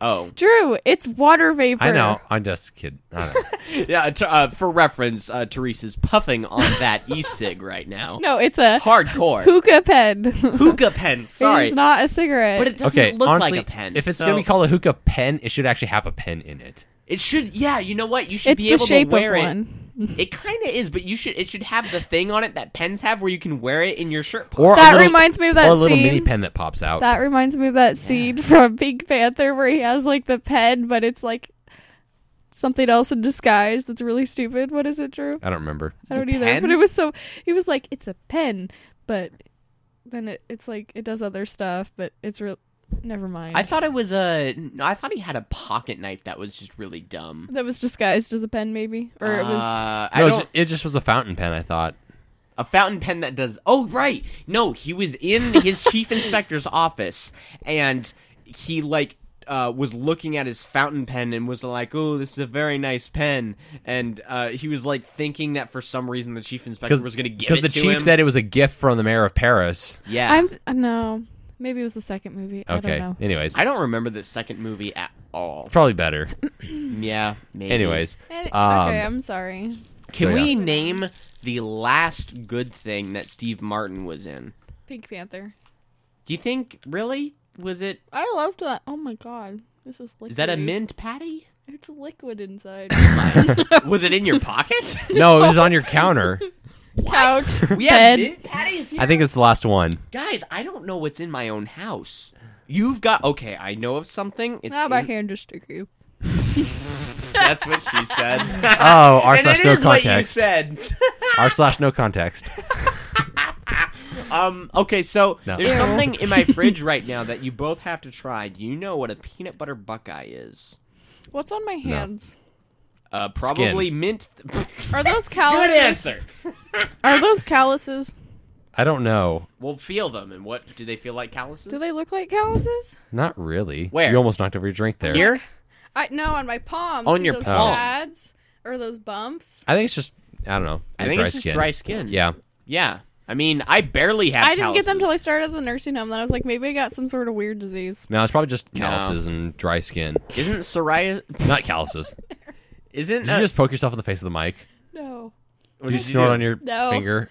S2: Oh,
S4: Drew, it's water vapor.
S3: I know. I'm just kidding. I don't know.
S2: yeah. T- uh, for reference, uh, Teresa's puffing on that e-cig right now.
S4: No, it's a
S2: hardcore
S4: hookah pen.
S2: hookah pen. Sorry,
S4: It's not a cigarette.
S2: but it doesn't
S3: okay.
S2: look
S3: honestly,
S2: like a pen.
S3: if it's
S2: so
S3: gonna be called a hookah pen, it should actually have a pen in it.
S2: it should. Yeah, you know what? You should
S4: it's
S2: be
S4: the
S2: able
S4: shape
S2: to wear
S4: of
S2: it.
S4: one.
S2: It kind of is, but you should. It should have the thing on it that pens have, where you can wear it in your shirt. pocket.
S3: Or
S4: That
S3: a little,
S4: reminds me of that
S3: or a little
S4: scene.
S3: mini pen that pops out.
S4: That reminds me of that scene from Pink Panther where he has like the pen, but it's like something else in disguise that's really stupid. What is it, Drew?
S3: I don't remember.
S4: I don't
S2: The
S4: either.
S2: pen?
S4: But it was so. He was like, it's a pen, but then it, it's like it does other stuff, but it's real. Never mind.
S2: I thought it was a. I thought he had a pocket knife that was just really dumb.
S4: that was disguised as a pen, maybe, or it was.
S2: Uh, I
S3: No, it
S2: don't-
S3: ju- it just was a fountain pen. I thought.
S2: a fountain pen that does. Oh right, no, he was in his chief inspector's office, and he like uh, was looking at his fountain pen and was like, "Oh, this is a very nice pen," and uh, he was like thinking that for some reason the chief inspector was going to give it
S3: because the
S2: to
S3: chief
S2: him.
S3: said it was a gift from the mayor of Paris.
S2: "Yeah."
S4: I'm uh, no, maybe it was the second movie. I
S3: Okay.
S4: don't know.
S3: Anyways,
S2: I don't remember the second movie at all.
S3: probably better.
S2: Yeah. Maybe.
S3: Anyways,
S4: And-
S3: Um,
S4: okay, I'm sorry.
S2: can
S3: So, yeah.
S2: we name the last good thing that Steve Martin was in?
S4: Pink Panther.
S2: Do you think really was it?
S4: I loved that. Oh my god, this is liquid.
S2: Is that a mint patty?
S4: It's liquid inside.
S2: was it in your pocket?
S3: no, it was on your counter.
S4: Couch.
S2: we have
S4: Bed.
S2: mint patties here.
S3: I think it's the last one.
S2: Guys, I don't know what's in my own house. You've got okay. I know of something. It's
S4: Now my
S2: in-
S4: hand just took you.
S2: That's what she said.
S3: Oh, r
S2: and it
S3: slash no
S2: is what you
S3: context.
S2: said.
S3: R slash no context.
S2: um. Okay. So
S3: No.
S2: there's
S3: Ew.
S2: something in my fridge right now that you both have to try. Do you know what a peanut butter buckeye is?
S4: What's on my hands?
S2: Uh, probably mint.
S4: Are those
S2: Good
S4: calluses?
S2: answer.
S4: Are those calluses?
S3: I don't know.
S2: We'll feel them, and what do they feel like? Calluses?
S4: Do they look like calluses?
S3: Not really.
S2: Where?
S3: You almost knocked over your drink there.
S2: here?
S4: I no on my palms.
S2: On
S4: See
S2: your
S4: those
S2: palm.
S4: pads or those bumps.
S3: I think it's just. I don't know.
S2: I think
S3: dry
S2: it's just
S3: skin.
S2: dry skin.
S3: Yeah.
S2: Yeah. I mean, I barely have.
S4: I didn't get them till I
S2: calluses.
S4: started at the nursing home. Then I was like, maybe I got some sort of weird disease.
S3: No, it's probably just calluses and dry skin.
S2: Isn't psoriasis?
S3: Not calluses.
S2: Isn't
S3: Did you
S2: uh,
S3: just poke yourself in the face of the mic?
S4: No.
S2: what
S3: Did you
S2: did
S3: snort
S2: do?
S3: on your
S4: No.
S3: finger?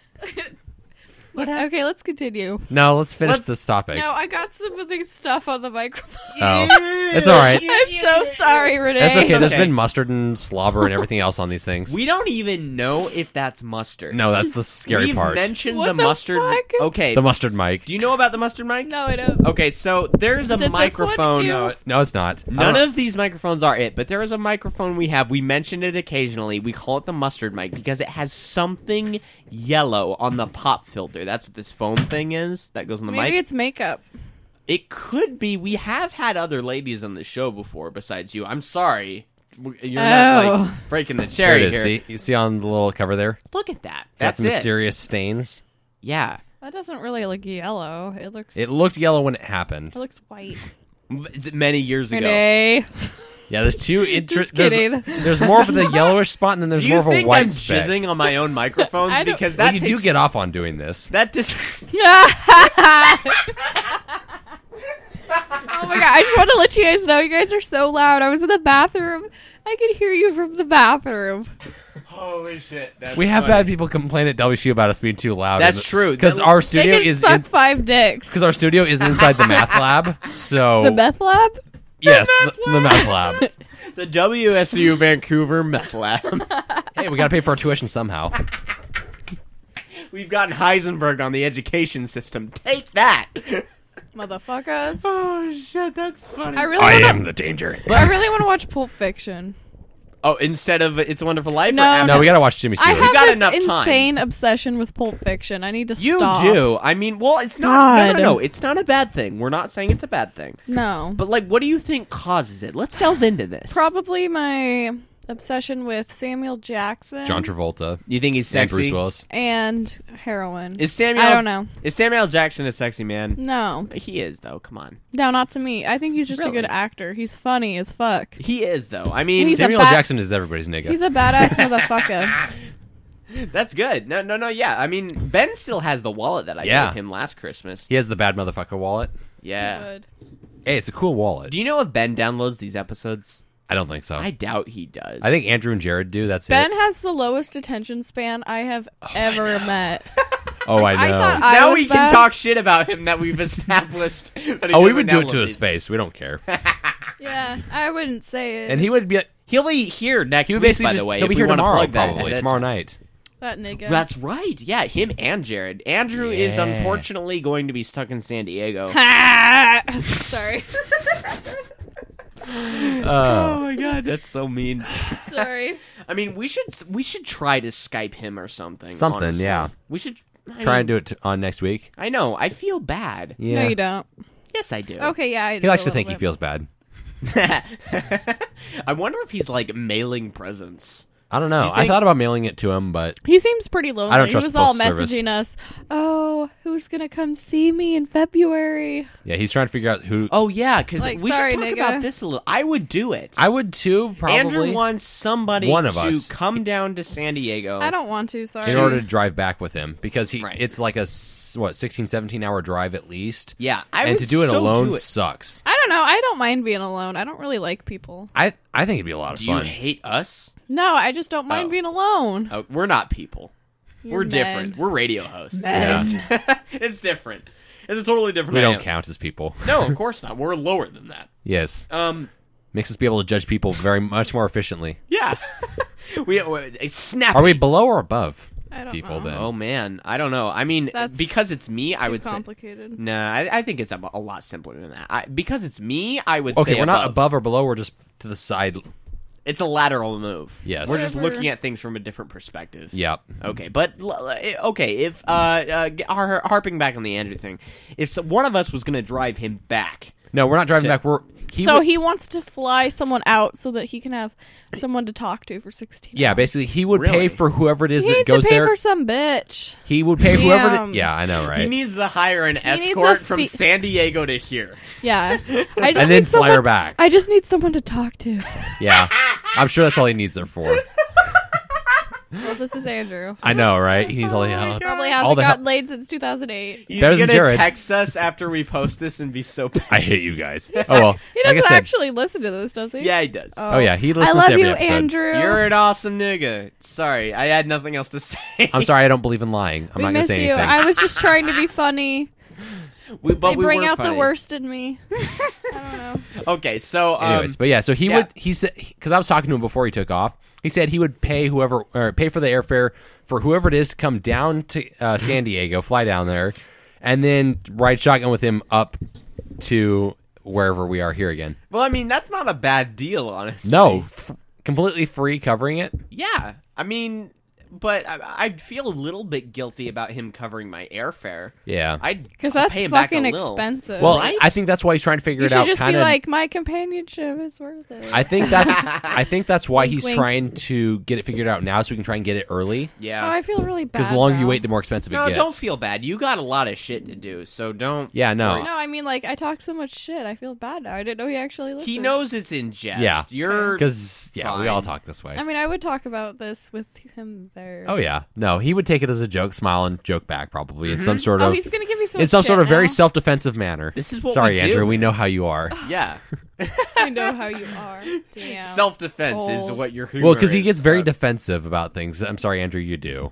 S4: Okay, let's continue.
S3: No, let's finish
S2: Let's-
S3: this topic.
S4: No, I got some of the stuff on the microphone.
S3: Oh. It's all right.
S4: I'm so sorry, Renee.
S3: That's okay. There's
S2: okay.
S3: been mustard and slobber and everything else on these things.
S2: We don't even know if that's mustard.
S3: no, that's the scary
S2: We've
S3: part.
S2: mentioned
S4: What
S2: the,
S4: the
S2: mustard.
S4: fuck?
S2: Okay.
S3: the mustard mic.
S2: Do you know about the mustard mic?
S4: No, I don't.
S2: Okay, so there's a
S4: Is it this
S2: microphone.
S4: one?
S3: No, it- no, it's not. I
S2: None
S3: don't-
S2: of these microphones are it, but there is a microphone we have. We mentioned it occasionally. We call it the mustard mic because it has something yellow on the pop filter. That's what this foam thing is that goes on the
S4: Maybe
S2: mic.
S4: it's makeup.
S2: It could be. We have had other ladies on the show before besides you. I'm sorry. You're not
S4: Oh.
S2: like breaking the
S3: There
S2: cherry
S3: it is.
S2: here.
S3: See, you see on the little cover there?
S2: Look at that.
S3: It's got
S2: That's
S3: some
S2: it.
S3: mysterious stains.
S2: Yeah.
S4: That doesn't really look yellow. It looks
S3: It
S4: it,
S3: looked yellow when it happened.
S4: looks white.
S2: Many years ago.
S4: Renee. Oh
S3: Yeah, there's two. Inter-
S4: Just
S3: there's,
S4: kidding.
S3: there's more of the yellowish spot, and then there's
S2: Do
S3: more
S2: you
S3: of a
S2: think
S3: white
S2: I'm
S3: speck.
S2: jizzing on my own microphones
S4: I don't-
S2: because
S3: Well,
S2: that
S3: you
S2: takes,
S3: do get off on doing this.
S2: that dis-
S4: Oh my god, I just want to let you guys know you guys are so loud. I was in the bathroom. I could hear you from the bathroom.
S2: Holy shit! That's
S3: We have
S2: funny.
S3: had people complain at WSU about us being too loud.
S2: That's true.
S3: Because
S2: That-
S3: our studio
S4: they can
S3: is
S4: suck
S3: in,
S4: five dicks.
S3: because our studio is inside the math lab. So
S4: The meth lab?
S3: yes, the, the math lab.
S2: the WSU Vancouver meth lab.
S3: hey, we got to pay for our tuition somehow.
S2: We've gotten Heisenberg on the education system. Take that.
S4: Motherfuckers.
S2: oh shit, that's funny.
S4: I really wanna,
S3: the danger.
S4: I really want to watch Pulp Fiction.
S2: oh, instead of It's a Wonderful Life,
S4: No,
S2: or after-
S3: No, we got to watch Jimmy
S4: I
S3: Stewart.
S4: have
S2: got
S4: this
S2: enough time.
S4: insane obsession with Pulp Fiction. I need to
S2: You
S4: stop.
S2: do. I mean, well, it's not. No, no,
S4: God.
S2: no. It's not a bad thing. We're not saying it's a bad thing.
S4: No.
S2: But like, what do you think causes it? Let's delve into this.
S4: Probably my obsession with Samuel Jackson
S3: John Travolta
S2: You think he's
S3: and
S2: sexy?
S3: Bruce Willis.
S4: and heroin.
S2: Is Samuel?
S4: I don't know.
S2: Is Samuel Jackson a sexy man?
S4: no.
S2: He is though. Come on.
S4: No, not to me. I think he's just
S2: Really?
S4: a good actor. He's funny as fuck.
S2: He is though. I mean,
S4: He's a
S3: Samuel
S4: ba-
S3: Jackson is everybody's nigga.
S4: He's a badass motherfucker.
S2: that's good. No, no, no. Yeah. I mean, Ben still has the wallet that I
S3: Yeah.
S2: gave him last Christmas.
S3: he has the bad motherfucker wallet.
S2: Yeah.
S4: Good.
S3: Hey, it's a cool wallet.
S2: Do you know if Ben downloads these episodes?
S3: I don't think so.
S2: I
S3: Oh. I,
S2: doubt he does.
S3: think Andrew and Jared do. That's
S4: Ben
S3: it.
S4: has the lowest attention span I have ever met.
S3: Oh, I know.
S4: I thought I
S2: now
S4: was
S2: we can
S4: bad.
S2: talk shit about him that we've established. that he
S3: oh, we
S2: doesn't
S3: would do it
S2: download
S3: to his
S2: these.
S3: face. We don't care.
S4: Yeah, I wouldn't say it.
S3: And he would be.
S2: He'll be here next
S3: He would
S2: week.
S3: basically
S2: by
S3: just.
S2: the way,
S3: he'll
S2: if
S3: be
S2: we
S3: here
S2: wanna
S3: tomorrow,
S2: plug that
S3: probably
S2: ahead of
S3: tomorrow
S2: time.
S3: night.
S4: that nigga.
S2: That's right. Yeah, him and Jared. Andrew is
S3: Yeah.
S2: unfortunately going to be stuck in San Diego.
S4: sorry, Oh
S3: Uh,
S2: my god, that's so mean.
S4: sorry.
S2: I mean, we should we should try to Skype him or something.
S3: Something,
S2: honestly.
S3: yeah.
S2: We should I
S3: try
S2: mean,
S3: and do it t- on next week.
S2: I know. I feel bad.
S3: Yeah.
S4: No, you don't.
S2: Yes, I do.
S4: Okay, yeah. I
S3: He likes to think he feels bad.
S2: I wonder if he's like mailing presents.
S3: I don't know.
S2: You
S3: I
S2: think-
S3: thought about mailing it to him, but
S4: He seems pretty lonely.
S3: I don't
S4: he
S3: trust
S4: was all
S3: postal service.
S4: messaging us, "Oh, who's gonna come see me in February?"
S3: yeah, he's trying to figure out who.
S2: Oh yeah, because
S4: Like,
S2: we
S4: sorry,
S2: should talk
S4: nigga.
S2: about this a little. I would do it.
S3: I would too, probably.
S2: Andrew wants somebody
S3: One of
S2: to
S3: us.
S2: come down to San Diego.
S4: I don't want to. Sorry.
S3: in order to drive back with him because he
S2: Right.
S3: it's like a s- what 16 17 hour drive at least
S2: Yeah, I
S3: and
S2: would
S3: to do it
S2: so
S3: alone
S2: do it.
S3: sucks
S4: I don't know. I don't mind being alone. I don't really like people.
S3: i i think it'd be a lot of
S2: Do you
S3: fun
S2: hate us?
S4: No, I just don't mind
S2: Oh.
S4: being alone.
S3: Uh,
S2: Oh, we're not people.
S4: You're
S2: We're
S4: men.
S2: different. We're radio hosts.
S3: Men.
S2: it's different. It's a totally different.
S3: we don't
S2: dynamic.
S3: count as people
S2: No, of course not. We're lower than that.
S3: yes
S2: Um,
S3: makes us be able to judge people very much more efficiently
S2: yeah. we it's snappy.
S3: are we below or above
S4: I don't
S3: people
S4: know.
S3: then
S2: Oh man, I don't know. I mean,
S4: That's
S2: because it's me, I
S4: Too
S2: would say.
S4: complicated.
S2: Nah, I, I think it's a, a lot simpler than that. I, because it's me, I would
S3: okay
S2: say
S3: we're not above or below we're just to the side
S2: It's a lateral move.
S3: Yes.
S2: we're just
S4: Whatever.
S2: looking at things from a different perspective.
S3: yep
S2: Okay, but l- l- eh, okay, if uh, uh g- har- harping back on the Andrew thing, if so, one of us was going to drive him back,
S3: no we're not driving
S2: So-
S3: back we're he
S4: so
S3: would-
S4: he wants to fly someone out so that he can have someone to talk to for sixteen.
S3: yeah basically he would
S2: Really?
S3: pay for whoever it is
S4: he
S3: that
S4: needs
S3: goes
S4: to pay
S3: there
S4: for some bitch.
S3: he would pay for whoever it
S4: Damn.
S3: is. yeah i know
S2: he
S3: right
S2: needs to hire an
S4: needs a
S2: escort from
S4: fee-
S2: San Diego to here.
S4: Yeah, I just
S3: and
S4: need
S3: then fly her
S4: someone-
S3: back
S4: I just need someone to talk to.
S3: yeah i'm sure that's all he needs her for
S4: well, this is Andrew.
S3: I know, right? He needs
S4: Oh
S3: all the help.
S4: Probably hasn't
S3: All the
S4: got
S3: help-
S4: laid since 2008.
S2: He's
S3: Better than
S2: gonna
S3: Jared.
S2: text us after we post this and be so. Pissed.
S3: I hate you guys. Oh well.
S4: He
S3: like
S4: doesn't
S3: I said,
S4: actually listen to this, does he?
S2: Yeah, he does.
S3: Oh, yeah, he listens
S4: I
S3: to
S4: love
S3: every
S4: you,
S3: episode.
S4: Andrew.
S2: You're an awesome nigga. Sorry, I had nothing else to say.
S3: I'm sorry, I don't believe in lying. I'm
S4: we
S3: not gonna
S4: miss
S3: say
S4: you.
S3: anything.
S4: I was just trying to be funny.
S2: We, but
S4: they
S2: we
S4: bring
S2: were
S4: out the
S2: funny.
S4: worst in me. I don't know.
S2: Okay, so um,
S3: Anyways, but yeah, so he
S2: yeah.
S3: would. He said because I was talking to him before he took off. He said he would pay whoever or pay for the airfare for whoever it is to come down to uh, San Diego, fly down there, and then ride shotgun with him up to wherever we are here again.
S2: well, I mean, that's not a bad deal, honestly.
S3: No, f- completely free covering it.
S2: Yeah, I mean, but I, I feel a little bit guilty about him covering my airfare.
S3: Yeah.
S2: I'd
S4: Because
S2: I'll
S4: that's
S2: pay him back a
S4: fucking
S2: little.
S4: expensive.
S3: well,
S2: Right?
S3: I think that's why he's trying to figure
S4: you
S3: it out.
S4: should just
S3: kinda,
S4: be like, my companionship is worth it.
S3: I think that's I think that's why
S4: Wink,
S3: he's
S4: wink.
S3: trying to get it figured out now, so we can try and get it early.
S4: oh,
S2: Yeah.
S4: I feel really bad.
S3: Because the longer you
S4: now.
S3: wait, the more expensive it
S2: no,
S3: gets.
S2: don't feel bad. You got a lot of shit to do, so don't.
S3: Yeah, no.
S4: No, I mean, like, I talked so much shit. I feel bad now. I didn't know he actually listened.
S2: He knows it's in jest.
S3: Yeah.
S2: You're.
S3: Because yeah, we
S2: Fine.
S3: all talk this way.
S4: I mean, I would talk about this with him there.
S3: oh yeah, no, he would take it as a joke, smile and joke back probably in some sort
S4: Oh,
S3: of
S4: he's going to give me some
S3: in some
S4: shit
S3: sort of very
S4: now.
S3: self-defensive manner.
S2: This is what
S3: Sorry,
S2: we do.
S3: Andrew, we know how you are.
S2: Yeah.
S4: I know how you are. Damn.
S2: Self defense is
S4: Old.
S2: what your humor
S3: well, because he
S2: is.
S3: gets very
S2: Uh,
S3: defensive about things. I'm sorry, Andrew, you do.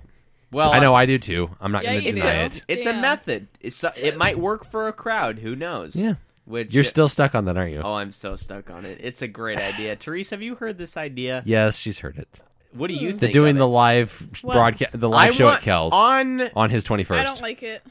S2: well,
S3: I know I do too. I'm not
S4: Yeah,
S3: going to
S4: you
S3: deny
S4: do.
S3: it.
S2: It's a
S4: Damn.
S2: method. It's a- it might work for a crowd. Who knows?
S3: Yeah.
S2: Which
S3: You're still stuck on that, aren't you?
S2: Oh, I'm so stuck on it. It's a great idea. Therese, have you heard this idea?
S3: Yes, she's heard it.
S2: What do you
S3: They're
S2: think?
S3: doing
S2: of
S3: the
S2: it?
S3: live
S4: Well,
S3: broadcast, the live
S2: I
S3: show
S2: want,
S3: at Kells
S2: on.
S3: on his 21st.
S4: I don't like it.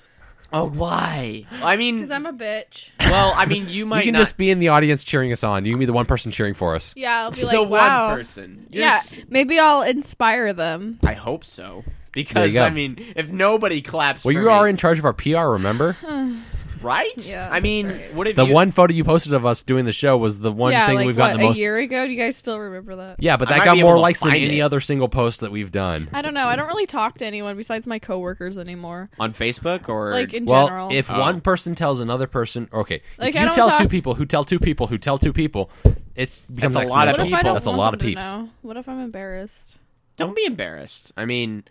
S2: Oh, why? I mean,
S4: Because I'm a bitch.
S2: well, I mean, you might
S3: you can
S2: not.
S3: just be in the audience cheering us on. You can be the one person cheering for us.
S4: Yeah, I'll be
S2: the
S4: like,
S2: one
S4: wow.
S2: person. You're
S4: Yeah,
S2: s-
S4: maybe I'll inspire them.
S2: I hope so. Because
S3: you go.
S2: I mean, if nobody claps,
S3: Well,
S2: for
S3: you are
S2: me-
S3: in charge of our PR, remember?
S2: right?
S4: Yeah,
S2: I mean,
S4: that's right.
S2: what if
S3: The
S2: you-
S3: one photo you posted of us doing the show was the one
S4: yeah,
S3: thing
S4: like
S3: we've
S4: what,
S3: gotten the most.
S4: a year ago? Do you guys still remember that?
S3: Yeah, but
S2: I
S3: that
S2: might
S3: got
S2: be
S3: more
S2: able to
S3: likes than
S2: find
S3: any
S2: it.
S3: other single post that we've done.
S4: I don't know. I don't really talk to anyone besides my coworkers anymore.
S2: on Facebook or
S4: Like in
S3: well,
S4: general.
S3: if
S2: Oh.
S3: one person tells another person, okay,
S4: Like,
S3: if
S4: I
S3: you
S4: don't
S3: tell
S4: talk-
S3: two people who tell two people who tell two people, it's becomes
S2: a lot of
S3: exponential.
S4: what if I
S2: people.
S4: don't
S3: That's a
S4: want
S3: lot of
S4: them to
S3: peeps.
S4: know? What if I'm embarrassed?
S2: don't be embarrassed. I mean,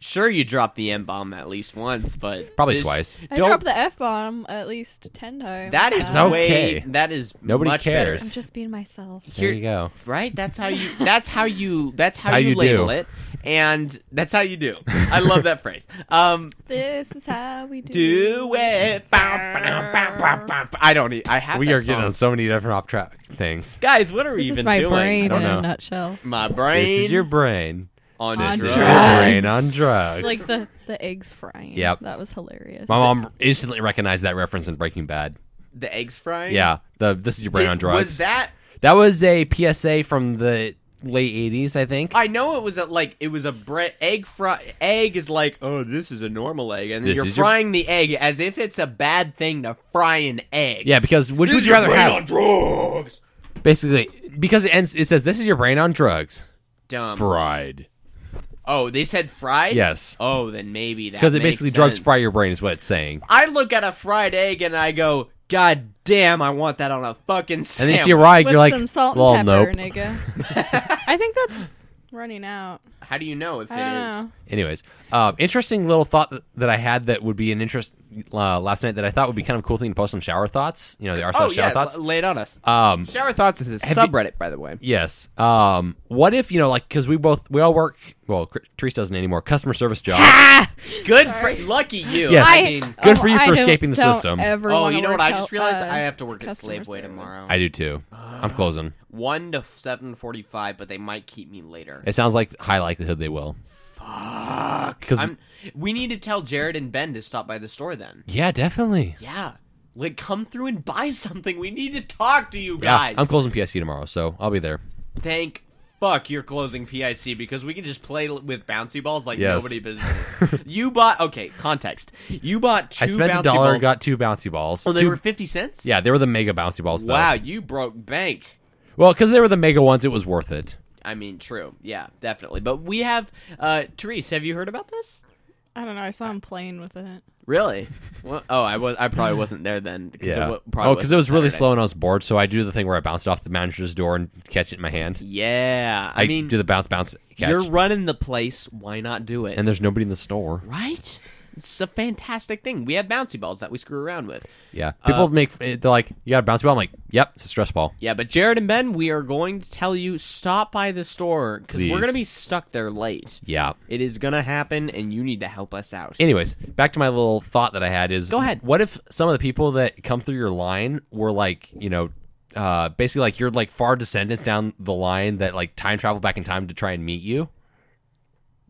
S2: sure you dropped the M bomb at least once, but
S3: Probably
S2: just
S3: twice.
S4: I
S2: Don't.
S4: dropped the f bomb at least ten times.
S2: that is
S3: It's
S2: way.
S3: okay.
S2: That is
S3: Nobody
S2: much
S3: cares.
S4: I'm just being myself.
S2: Better.
S3: There
S2: Here,
S3: you go.
S2: Right? That's how you. That's how you. That's how,
S3: how
S2: you,
S3: you do.
S2: label it, and that's how you do. I love that phrase. Um,
S4: This is how we do.
S2: do it. Bow, bow, bow, bow, bow, bow. I don't. e- I have.
S3: We
S2: that
S3: are getting
S2: song.
S3: on so many different off track things.
S2: Guys, what are we
S4: This
S2: even
S4: is my
S2: doing?
S4: brain
S2: I don't
S4: in
S3: know.
S4: a nutshell.
S2: My brain.
S3: This is your brain.
S2: on
S4: On
S3: This is
S2: drugs.
S3: your brain on drugs.
S4: Like the the eggs frying.
S3: Yep.
S4: that was hilarious.
S3: My mom instantly recognized that reference in Breaking Bad.
S2: The eggs frying.
S3: Yeah, the this is your brain
S2: Did-
S3: on drugs.
S2: Was that?
S3: That was a PSA from the late '80s, I think.
S2: I know it was a, like it was a bre- egg fry. Egg is like, oh, this is a normal egg, and then
S3: This
S2: you're
S3: is your-
S2: frying the egg as if it's a bad thing to fry an egg.
S3: yeah, because which
S2: This
S3: would
S2: is
S3: you
S2: your
S3: rather
S2: brain
S3: have?
S2: on drugs.
S3: Basically, because it ends, it says this is your brain on drugs.
S2: dumb.
S3: fried.
S2: oh, they said fried.
S3: Yes.
S2: Oh, then maybe that
S3: Because it
S2: makes
S3: basically drugs
S2: sense.
S3: fry your brain is what it's saying.
S2: I look at a fried egg and I go, God damn, I want that on a fucking
S3: And
S2: sandwich.
S3: then you see a rye,
S4: With
S3: you're like,
S4: some salt
S3: lol,
S4: and
S3: nope.
S4: pepper, nigga. I think that's running out.
S2: How do you know if it
S4: I
S2: is?
S4: don't know.
S3: Anyways, uh, interesting little thought th- that I had that would be an interest uh, last night that I thought would be kind of a cool thing to post on shower thoughts. You know, the r
S2: Oh
S3: slash shower
S2: yeah,
S3: thoughts.
S2: l- lay it on us.
S3: Um,
S2: Shower thoughts is a
S3: Have you-
S2: subreddit, by the way.
S3: yes. Um, what if you know, like, because we both we all work. Well, Cr- Therese doesn't anymore. Customer service job.
S2: Good, for, lucky you.
S3: Yes.
S2: I
S3: I-
S2: mean,
S3: Good for you
S4: I
S3: for
S4: don't-
S3: escaping the
S4: don't
S3: system.
S4: ever
S2: oh,
S4: wanna
S2: you know
S4: work
S2: what? I
S4: out,
S2: just realized
S4: uh,
S2: I have to work at
S4: customer
S2: Slave Way
S4: service.
S2: tomorrow.
S3: I do too. I'm closing.
S2: One to seven forty-five, but they might keep me later.
S3: It sounds like high likelihood they will.
S2: Fuck.
S3: 'Cause-
S2: I'm- we need to tell Jared and Ben to stop by the store then.
S3: Yeah, definitely.
S2: Yeah. Like, come through and buy something. We need to talk to you
S3: Yeah,
S2: guys.
S3: I'm closing PSC tomorrow, so I'll be there.
S2: Thank fuck you're closing PIC because we can just play l- with bouncy balls like
S3: Yes.
S2: nobody business. you bought okay context. You bought two
S3: I spent
S2: bouncy
S3: a dollar,
S2: balls.
S3: got two bouncy balls.
S2: oh, they
S3: Two-
S2: were fifty cents.
S3: yeah, they were the mega bouncy balls. Though.
S2: Wow, you broke bank.
S3: Well, because they were the mega ones, it was worth it.
S2: I mean, true. Yeah, definitely. But we have uh Therese. Have you heard about this?
S4: I don't know. I saw him playing with it.
S2: Really? well, oh, I was. I probably wasn't there then. 'cause it wa- probably
S3: oh, because it
S2: wasn't
S3: was really
S2: Saturday.
S3: slow and I was bored, so I do the thing where I bounced off the manager's door and catch it in my hand.
S2: Yeah. I,
S3: I,
S2: mean,
S3: do the bounce, bounce, catch.
S2: you're running the place. Why not do it?
S3: and there's nobody in the store.
S2: right? It's a fantastic thing. We have bouncy balls that we screw around with.
S3: Yeah,
S2: Uh,
S3: people make they're like, "You got a bounce ball." I'm like, "Yep, it's a stress ball."
S2: Yeah, but Jared and Ben, we are going to tell you stop by the store because we're
S3: Please.
S2: going to be stuck there late.
S3: Yeah.
S2: It is going to happen, and you need to help us out.
S3: Anyways, back to my little thought that I had is,
S2: Go ahead.
S3: What if some of the people that come through your line were like, you know, uh, basically like you're like far descendants down the line that like time travel back in time to try and meet you,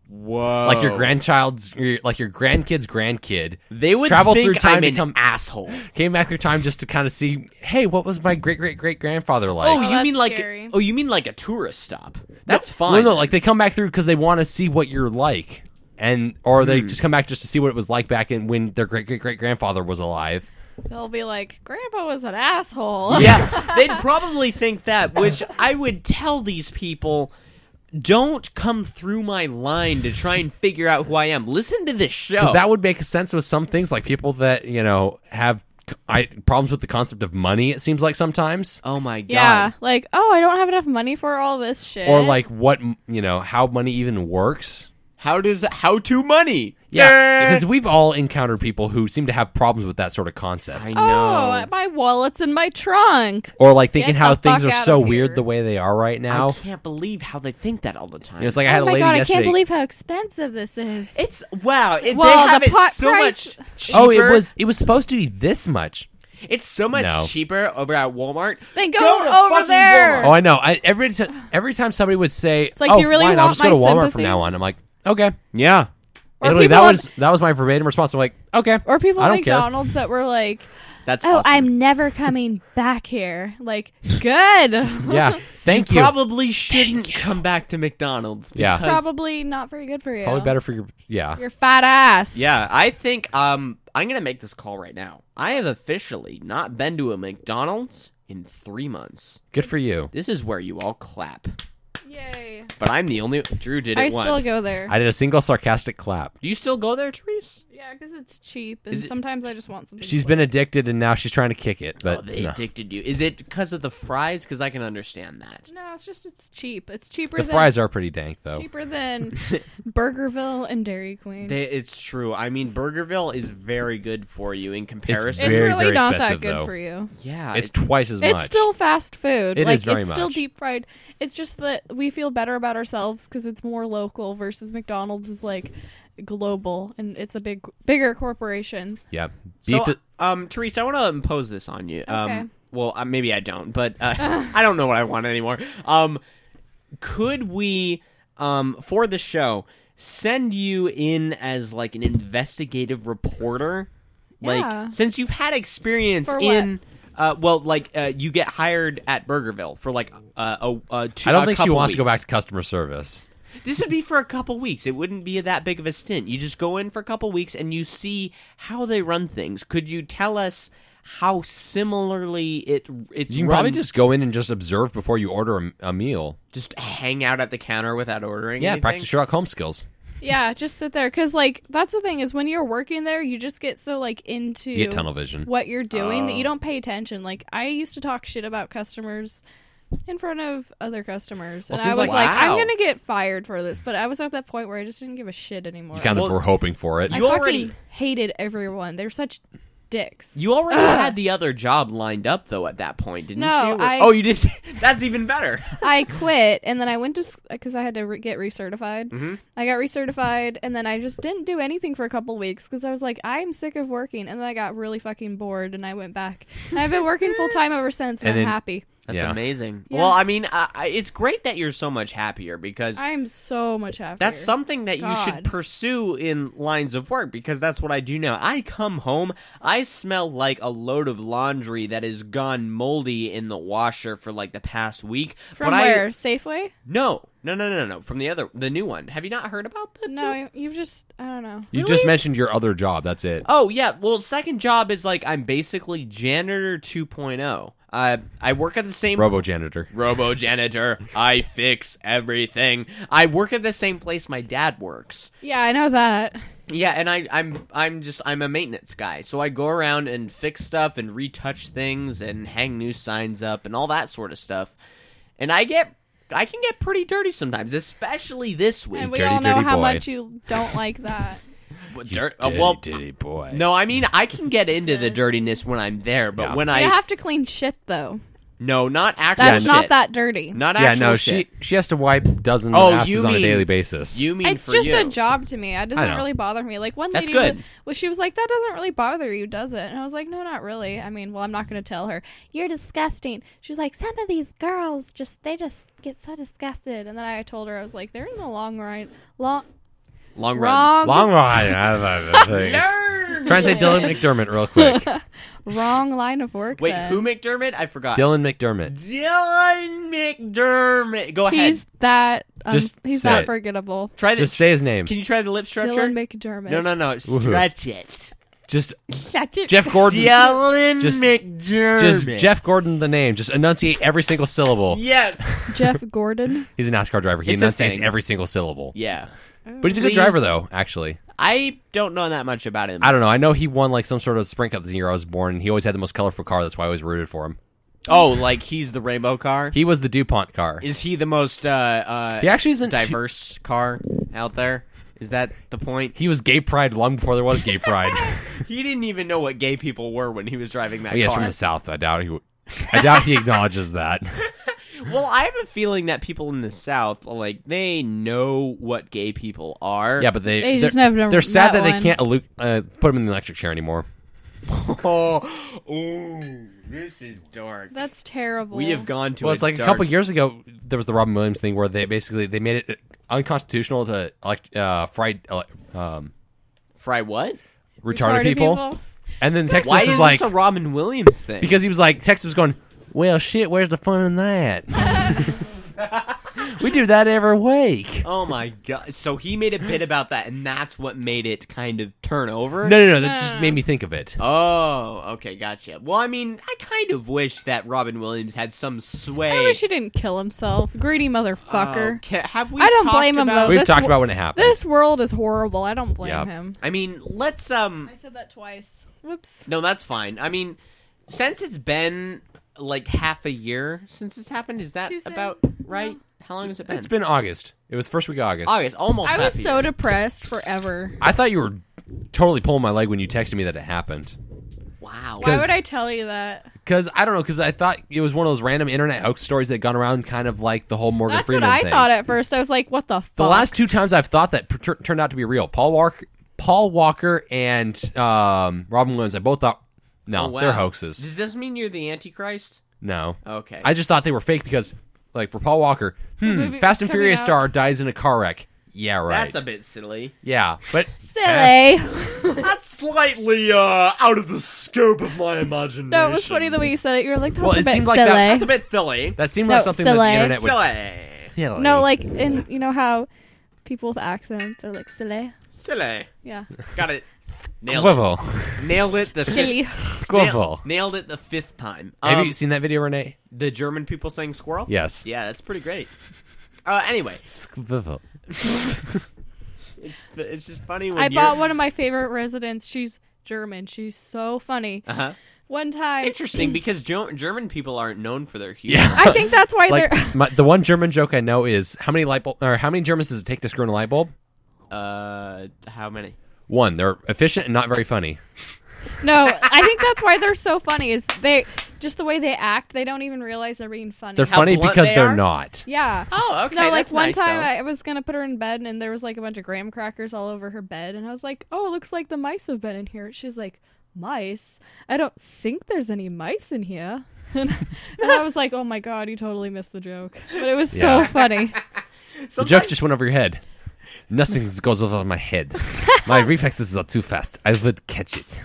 S2: Whoa!
S3: like your grandchild's, your, like your grandkid's grandkid.
S2: they would
S3: travel
S2: think
S3: through time
S2: I'm
S3: to
S2: an
S3: come-
S2: asshole.
S3: came back through time just to kind of see, hey, what was my great great great grandfather like?
S2: Oh, you
S4: that's
S2: mean like?
S4: scary.
S2: Oh, you mean like a tourist stop? That's
S3: No,
S2: fine.
S3: No, no,
S2: then.
S3: like they come back through because they want to see what you're like, and or
S2: Hmm.
S3: they just come back just to see what it was like back in when their great great great grandfather was alive.
S4: They'll be like, "Grandpa was an asshole."
S2: yeah, they'd probably think that, which I would tell these people don't come through my line to try and figure out who I am. Listen to this
S3: 'Cause
S2: show.
S3: That would make sense with some things like people that you know have c- I, problems with the concept of money. It seems like sometimes.
S2: oh my god.
S4: Yeah, like, oh, I don't have enough money for all this shit.
S3: Or like what m- you know, how money even works.
S2: How does how to money?
S3: because we've all encountered people who seem to have problems with that sort of concept,
S2: I
S4: oh,
S2: know.
S4: my wallet's in my trunk.
S3: or like thinking
S4: Get
S3: how
S4: the
S3: things
S4: fuck
S3: are
S4: out
S3: so
S4: of
S3: weird
S4: here.
S3: the way they are right now.
S2: I can't believe how they think that all the time.
S3: You know, it's like I had
S4: oh
S3: a
S4: my
S3: lady
S4: god, I
S3: yesterday.
S4: can't believe how expensive this is.
S2: It's wow. It,
S4: Well,
S2: they have
S4: the
S2: it
S4: pot
S2: so
S4: price-
S2: much. Cheaper.
S3: Oh, it was it was supposed to be this much.
S2: It's so much
S3: No.
S2: cheaper over at Walmart.
S4: Then go
S2: to
S4: over
S2: fucking
S4: there.
S3: Oh,
S2: Walmart.
S3: I know. I, every t- every time somebody would say,
S4: like,
S3: "Oh,
S4: do you really
S3: fine, I'll
S4: want
S3: just go to
S4: my
S3: Walmart from
S4: sympathy?
S3: now on," I'm like, "Okay,
S2: Yeah.
S4: Or
S3: Italy."
S4: people
S3: That
S4: at-
S3: was that was my verbatim response. I'm like, "Okay."
S4: Or people
S3: I
S4: at
S3: don't care.
S4: McDonald's that were like,
S2: That's
S4: "Oh,
S2: awesome.
S4: I'm never coming back here." Like, good.
S3: Yeah, thank you.
S2: Probably shouldn't come back to McDonald's.
S3: Yeah.
S2: because-
S4: Probably not very good for you.
S3: Probably better for your yeah.
S4: Your fat ass.
S2: Yeah, I think um I'm gonna make this call right now. I have officially not been to a McDonald's in three months.
S3: Good for you.
S2: This is where you all clap.
S4: Yay.
S2: But I'm the only Drew did it
S4: I
S2: once.
S4: still go there.
S3: I did a single sarcastic clap.
S2: Do you still go there, Therese?
S4: Yeah, because it's cheap, and
S2: Is it-
S4: sometimes I just want something.
S3: She's
S4: quick.
S3: been addicted and now she's trying to kick it. But
S2: oh, they
S3: you know.
S2: addicted you. Is it because of the fries? Because I can understand that.
S4: No, it's just it's cheap. It's cheaper.
S3: the
S4: than,
S3: fries are pretty dank though.
S4: cheaper than Burgerville and Dairy Queen.
S2: They, it's true. I mean, Burgerville is very good for you in
S4: it's
S2: comparison.
S3: very-
S4: really not
S3: expensive,
S4: that good
S3: though.
S4: for you.
S2: yeah,
S3: It's
S2: it's
S3: twice as
S4: It's
S3: much.
S4: still fast food.
S3: It is
S4: like
S3: very
S4: it's still
S3: much.
S4: deep fried. It's just that we feel better about ourselves because it's more local versus McDonald's is like global and it's a big bigger corporation.
S3: yeah. Beef.
S2: so.
S3: is-
S2: Um, Therese, I want to impose this on you.
S4: Okay.
S2: Um, well, uh, maybe I don't, but uh, I don't know what I want anymore. Um, could we, um, for the show, send you in as like an investigative reporter?
S4: Yeah.
S2: Like, since you've had experience
S4: For what?
S2: in. Uh, well, like uh, you get hired at Burgerville for like uh, a, a two.
S3: I don't
S2: a
S3: think she
S2: couple
S3: wants to go
S2: weeks.
S3: back to customer service.
S2: This would be for a couple weeks. It wouldn't be that big of a stint. You just go in for a couple weeks and you see how they run things. Could you tell us how similarly it it's
S3: You can
S2: run.
S3: probably just go in and just observe before you order a, a meal.
S2: just hang out at the counter without ordering.
S3: Yeah,
S2: anything.
S3: practice Sherlock Holmes skills.
S4: Yeah, just sit there because like that's the thing is when you're working there, you just get so like into
S3: You get tunnel vision.
S4: what you're doing
S2: Oh.
S4: that you don't pay attention. Like I used to talk shit about customers in front of other customers,
S3: Well,
S4: and
S3: seems
S4: I was like,
S3: like-
S2: Wow.
S4: I'm gonna get fired for this. But I was at that point where I just didn't give a shit anymore.
S3: You kind of
S2: Well,
S3: were hoping for it.
S4: I
S2: you
S4: fucking
S2: already-
S4: hated everyone. They're such dicks.
S2: You already
S3: Ah.
S2: had the other job lined up though at that point, didn't
S4: No,
S2: you? Or-
S4: I-
S2: Oh, you did. That's even better.
S4: I quit, and then I went to because I had to re- get recertified.
S3: Mm-hmm.
S2: Mhm.
S4: I got recertified, and then I just didn't do anything for a couple weeks because I was like, I'm sick of working. And then I got really fucking bored, and I went back. And I've been working full time ever since, and,
S3: And
S4: I'm
S3: then-
S4: happy.
S2: That's
S3: Yeah.
S2: amazing.
S4: Yeah.
S2: Well, I mean, I I- it's great that you're so much happier because
S4: I'm so much happier.
S2: that's something that you should
S4: God.
S2: pursue in lines of work because that's what I do now. I come home, I smell like a load of laundry that has gone moldy in the washer for like the past week.
S4: From
S2: but
S4: where?
S2: I
S4: Safeway?
S2: no, no, no, no, no, from the other, the new one. Have you not heard about the
S4: No, you- you've just I don't know.
S3: You just mentioned your other job. That's it.
S2: Oh yeah, well, second job is like I'm basically janitor 2.0. Uh, I work at the same
S3: Robo janitor.
S2: robo janitor. I fix everything. I work at the same place my dad works.
S4: Yeah, I know that.
S2: Yeah, and I, I'm I'm just I'm a maintenance guy, so I go around and fix stuff and retouch things and hang new signs up and all that sort of stuff. And I get I can get pretty dirty sometimes, especially this week.
S4: And we
S3: dirty,
S4: all know
S3: dirty
S4: how
S3: boy.
S4: much you don't like that.
S2: Dirt- uh, well,
S3: boy.
S2: no, I mean I can get into the dirtiness when I'm there, but
S3: Yeah.
S2: when
S4: You
S2: I
S4: have to clean shit though.
S2: No, not actual
S4: That's
S2: shit.
S4: not that dirty.
S2: Not
S3: Yeah,
S2: actual
S3: no,
S2: shit.
S3: she she has to wipe dozens
S2: Oh,
S3: of asses
S2: you
S3: on a
S2: mean-
S3: daily basis.
S2: You mean
S4: It's
S2: for
S4: just
S2: you.
S4: a job to me. It doesn't
S3: know.
S4: really bother me. Like one
S2: That's
S4: lady,
S2: good.
S4: Was, well, she was like, "That doesn't really bother you, does it?" And I was like, "No, not really. I mean, well, I'm not going to tell her. You're disgusting." She's like, "Some of these girls just they just get so disgusted." And then I told her I was like, "They're in the long run, long
S2: long run.
S4: wrong
S3: Long line. Learn. Try and say Dylan McDermott real quick.
S4: wrong line of work."
S2: Wait,
S4: then.
S2: who McDermott? I forgot.
S3: Dylan McDermott.
S2: Dylan McDermott. Go ahead.
S4: He's that. Um,
S3: Just
S4: he's
S3: say
S4: that
S3: it.
S4: forgettable.
S2: try
S3: Just
S2: this.
S3: say his name.
S2: Can you try the lip stretcher?
S4: Dylan McDermott.
S2: no, no, no.
S3: Woohoo.
S2: Stretch it.
S3: Just
S4: Shut it.
S3: Jeff Gordon.
S2: Dylan
S3: Just-
S2: McDermott.
S3: Just Jeff Gordon the name. Just enunciate every single syllable.
S2: Yes.
S4: Jeff Gordon.
S3: He's a NASCAR driver. He
S2: It's a
S3: enunciates
S2: thing.
S3: every single syllable.
S2: yeah.
S3: But he's a good
S2: Please.
S3: driver though, actually.
S2: I don't know that much about him.
S3: I don't know. I know he won like some sort of sprint cup the year I was born and he always had the most colorful car, that's why I always rooted for him.
S2: oh, like he's the rainbow car.
S3: He was the DuPont car.
S2: Is he the most uh, uh,
S3: He actually isn't too-
S2: diverse car out there? Is that the point?
S3: He was gay pride long before there was gay pride.
S2: He didn't even know what gay people were when he was driving that
S3: he is Oh,
S2: car.
S3: from the south. I doubt he. w- I doubt he acknowledges that.
S2: Well, I have a feeling that people in the South, like, they know what gay people are.
S3: Yeah, but they
S4: They just
S3: they're-
S4: never met
S3: They're sad that they
S4: one.
S3: can't elu- uh, put him in the electric chair anymore.
S2: Oh, ooh, this is dark.
S4: That's terrible.
S2: We have gone to
S3: well,
S2: a
S3: it's like
S2: dark-
S3: a couple years ago there was the Robin Williams thing where they basically they made it uh, unconstitutional to elect, uh, fried ele- um,
S2: Fry what?
S3: retarded, people. and then Texas
S2: Why
S3: is,
S2: is
S3: like
S2: this a Robin Williams thing?
S3: because he was like Texas was going well shit where's the fun in that we do that every week
S2: oh my god! So he made a bit about that, and that's what made it kind of turn over.
S3: no no no that
S4: Uh.
S3: just made me think of it
S2: Oh, okay, gotcha. Well, I mean, I kind of wish that Robin Williams had some sway.
S4: I wish he didn't kill himself. Greedy motherfucker.
S2: Okay, have we?
S4: I don't
S2: talked
S4: blame him,
S2: about-
S4: though.
S3: we've
S4: this
S3: talked
S4: wa-
S3: about when it happened
S4: This world is horrible. I don't blame
S3: Yep.
S4: him.
S2: I mean, let's um.
S4: I said that twice. Whoops.
S2: No, that's fine. I mean, since it's been like half a year since this happened, is that
S4: Too soon?
S2: about right? How long has it been?
S3: it's been August it was first week of August
S2: August, almost.
S4: I was
S2: half a
S4: so
S2: year.
S4: depressed forever.
S3: I thought you were totally pulling my leg when you texted me that it happened
S2: wow.
S4: Why
S3: 'Cause-
S4: would I tell you that?
S3: because I don't know because I thought it was one of those random internet hoax stories that had gone around kind of like the whole Morgan
S4: That's what
S3: Freeman
S4: I
S3: thing.
S4: thought at first. I was like, what the fuck?
S3: The last two times I've thought that per- tur- turned out to be real. Paul Walker, Paul Walker, and um, Robin Williams. I both thought no,
S2: Oh, wow.
S3: they're hoaxes.
S2: Does this mean you're the Antichrist?
S3: No,
S2: Okay.
S3: I just thought they were fake because, like, for Paul Walker, hmm,
S4: movie
S3: Fast
S4: was
S3: and
S4: coming
S3: Furious
S4: out.
S3: star dies in a car wreck. Yeah, right.
S2: That's a bit silly.
S3: yeah, but
S4: Silly.
S2: That's slightly uh out of the scope of my imagination.
S4: no, it was funny the way you said it. You were like, that
S3: Well,
S4: was a
S3: it
S4: bit
S3: seemed
S4: silly.
S3: like that-
S2: That's a bit silly.
S3: that seemed
S4: No,
S3: like something that
S4: silly.
S3: the internet would.
S2: silly.
S3: Silly.
S4: no, like, and you know how people with accents are like, silly?
S2: Silly.
S4: Yeah.
S2: Got it. Nailed it.
S3: Guavo.
S2: Nailed it the
S4: Chili.
S2: fifth.
S3: Guavo.
S2: Nailed, nailed it the fifth time.
S3: Have
S2: Um,
S3: you seen that video, Renee?
S2: the German people saying squirrel?
S3: Yes.
S2: Yeah, that's pretty great. Uh, anyway,
S3: Guavo.
S2: it's it's just funny when
S4: I
S2: you're...
S4: bought one of my favorite residents. She's German. She's so funny.
S3: Ah.
S2: Uh-huh.
S4: One time,
S2: Interesting because Ger- German people aren't known for their humor.
S3: Yeah.
S4: I think that's why
S3: It's
S4: they're.
S3: like my, the one German joke I know is how many light bulb or how many Germans does it take to screw in a light bulb?
S2: Uh, how many?
S3: One. They're efficient and not very funny.
S4: No, I think that's why they're so funny. Is they just the way they act? They don't even realize they're being funny.
S3: They're
S2: How
S3: funny
S2: blunt
S3: because
S2: they
S3: are
S2: are?
S3: not.
S4: yeah.
S2: Oh, okay.
S4: no, like
S2: that's
S4: one
S2: nice,
S4: time
S2: though.
S4: I was gonna put her in bed and there was like a bunch of graham crackers all over her bed and I was like, oh, it looks like the mice have been in here. She's like, mice? I don't think there's any mice in here. and I was like, oh my god, you totally missed the joke. But it was
S3: Yeah.
S4: so funny.
S3: The joke just went over your head. Nothing goes over my head. My reflexes are too fast. I would catch it.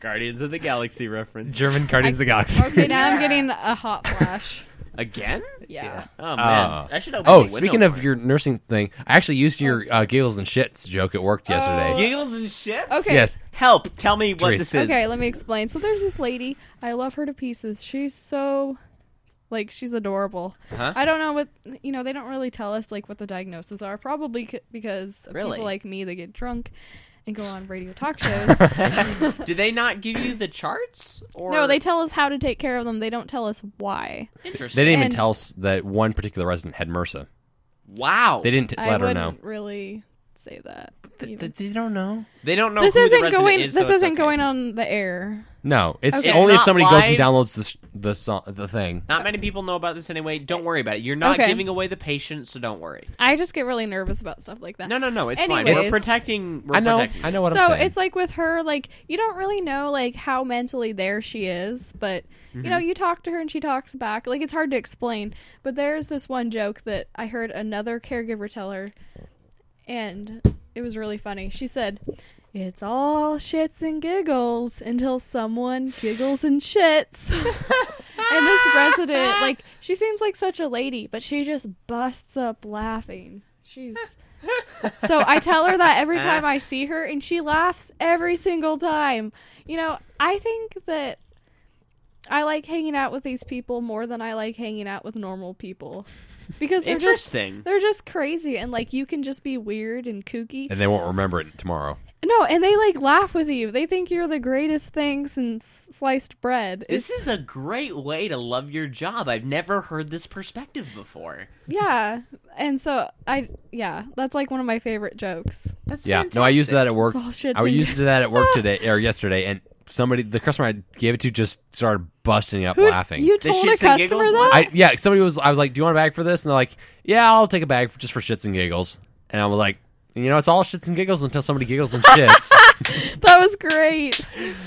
S2: Guardians of the Galaxy reference.
S3: German Guardians of the Galaxy.
S4: Okay, now I'm getting a hot flash.
S2: again?
S4: Yeah.
S2: Oh man,
S3: Uh,
S2: I should open the
S3: Oh,
S2: window
S3: speaking of
S2: more.
S3: your nursing thing, I actually used your uh, giggles and shits joke at work
S4: Oh,
S3: yesterday.
S2: giggles and shit.
S4: Okay.
S3: Yes.
S2: Help! Tell me what
S3: Teresa.
S2: this is.
S4: Okay, let me explain. So there's this lady. I love her to pieces. She's so like she's adorable.
S2: Uh-huh.
S4: I don't know what you know. They don't really tell us like what the diagnoses are. Probably c- because of
S2: Really?
S4: people like me that get drunk and go on radio talk shows.
S2: Did they not give you the charts? Or
S4: no, they tell us how to take care of them. They don't tell us why.
S3: They
S2: interesting.
S3: didn't even
S4: And-
S3: tell us that one particular resident had MRSA.
S2: Wow.
S3: They didn't t-
S4: I
S3: let her
S4: wouldn't
S3: know.
S4: really say that. you know.
S3: They don't know.
S2: They don't know.
S4: This
S2: who the
S4: isn't
S2: resident
S4: going.
S2: Is,
S4: this
S2: so it's
S4: isn't
S2: okay.
S4: going on the air.
S3: No, it's
S4: Okay. It's
S3: only if
S2: not
S3: somebody goes and
S2: live.
S3: downloads the sh- the song, the thing.
S2: Not many people know about this anyway. Don't worry about it. You're not
S4: Okay.
S2: giving away the patient, so don't worry.
S4: I just get really nervous about stuff like that.
S2: No, no, no. It's fine.
S4: Anyways.
S2: We're protecting. We're
S3: I know,
S2: Protecting
S3: I
S2: you.
S3: know what
S4: so
S3: I'm saying.
S4: it's like with her like you don't really know like how mentally there she is but you
S3: Mm-hmm.
S4: know you talk to her and she talks back like it's hard to explain but there's this one joke that i heard another caregiver tell her and it was really funny she said it's all shits and giggles until someone giggles and shits. and this resident, like, she seems like such a lady, but she just busts up laughing. She's so I tell her that every time I see her, and she laughs every single time. You know, I think that I like hanging out with these people more than I like hanging out with normal people because they're just
S2: Interesting.
S4: they're just crazy, and like you can just be weird and kooky.
S3: and they won't remember it tomorrow.
S4: No, and they like laugh with you. They think you're the greatest thing since sliced bread.
S2: This is a great way to love your job. I've never heard this perspective before.
S4: yeah, and so I yeah, that's like one of my favorite jokes.
S2: That's
S3: Yeah, no, I used that at work.
S4: It's all shits
S3: I
S4: and-
S3: used that at work today or yesterday, and somebody, the customer I gave it to, just started busting up
S4: Who-
S3: laughing.
S4: You
S2: The
S4: told a
S2: shits and giggles
S4: customer
S2: one?
S4: that?
S3: I yeah, somebody was. I was like, "Do you want a bag for this?" And they're like, "Yeah, I'll take a bag for, just for shits and giggles." And I was like, "You know, it's all shits and giggles until somebody giggles and shits."
S4: that was great.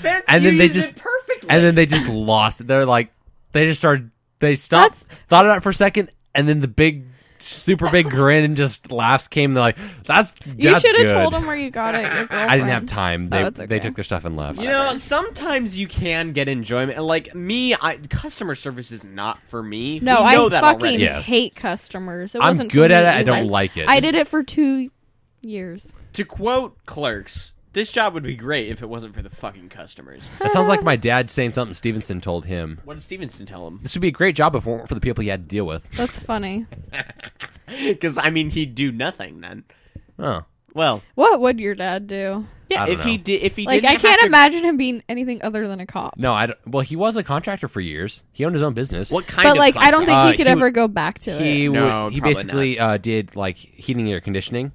S2: Fan-
S3: And
S2: you
S3: then they
S2: used it
S3: just-
S2: perfectly.
S3: and then they just lost it. They're like, they just started. They stopped, thought about it for a second, and then the big, super big grin and just laughs came. They're like, "That's
S4: You
S3: that's
S4: should have
S3: good."
S4: told them where you got it. Your girlfriend. Oh,
S3: I didn't have time. They
S4: that's
S3: they
S4: okay.
S3: took their stuff and left.
S2: you know, sometimes you can get enjoyment. Like me, I, customer service is not for me.
S4: No,
S2: we know
S4: I
S2: that
S4: fucking
S2: already.
S3: Yes.
S4: hate customers. It
S3: I'm
S4: wasn't
S3: good
S4: for
S3: at
S4: me
S3: it. I
S4: either.
S3: don't like it.
S4: I did it for two years.
S2: To quote clerks, this job would be great if it wasn't for the fucking customers.
S3: That sounds like my dad saying something Stevenson told him.
S2: What did Stevenson tell him?
S3: This would be a great job if it weren't for the people he had to deal with.
S4: That's funny.
S2: Because I mean, he'd do nothing then.
S3: Oh,
S2: Well,
S4: what would your dad do?
S2: yeah,
S3: I don't
S2: if he
S3: know.
S2: did, if he
S4: Like,
S2: didn't
S4: I can't
S2: have to-
S4: imagine him being anything other than a cop.
S3: no, I don't, well, he was a contractor for years. He owned his own business.
S2: What kind
S4: But
S2: of
S4: like, I don't think
S3: Uh,
S4: he could
S3: he
S4: ever
S3: would-
S4: go back to it.
S3: He
S2: No,
S3: would, he
S2: probably
S3: basically uh, did like heating and air conditioning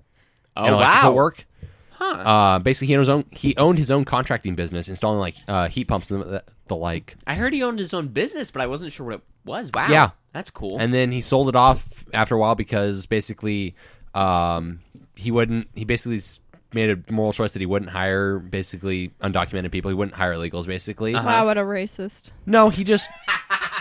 S2: Oh
S3: and electrical
S2: wow,
S3: work.
S2: Huh.
S3: Uh, basically, he owned his own he owned his own contracting business, installing like uh, heat pumps and the, the like.
S2: I heard he owned his own business, but I wasn't sure what it was. Wow.
S3: Yeah.
S2: That's cool.
S3: And then he sold it off after a while because basically, um, he wouldn't. He basically s- made a moral choice that he wouldn't hire basically undocumented people. He wouldn't hire illegals. Basically,
S2: Uh-huh.
S4: Wow, what a racist.
S3: no, he just.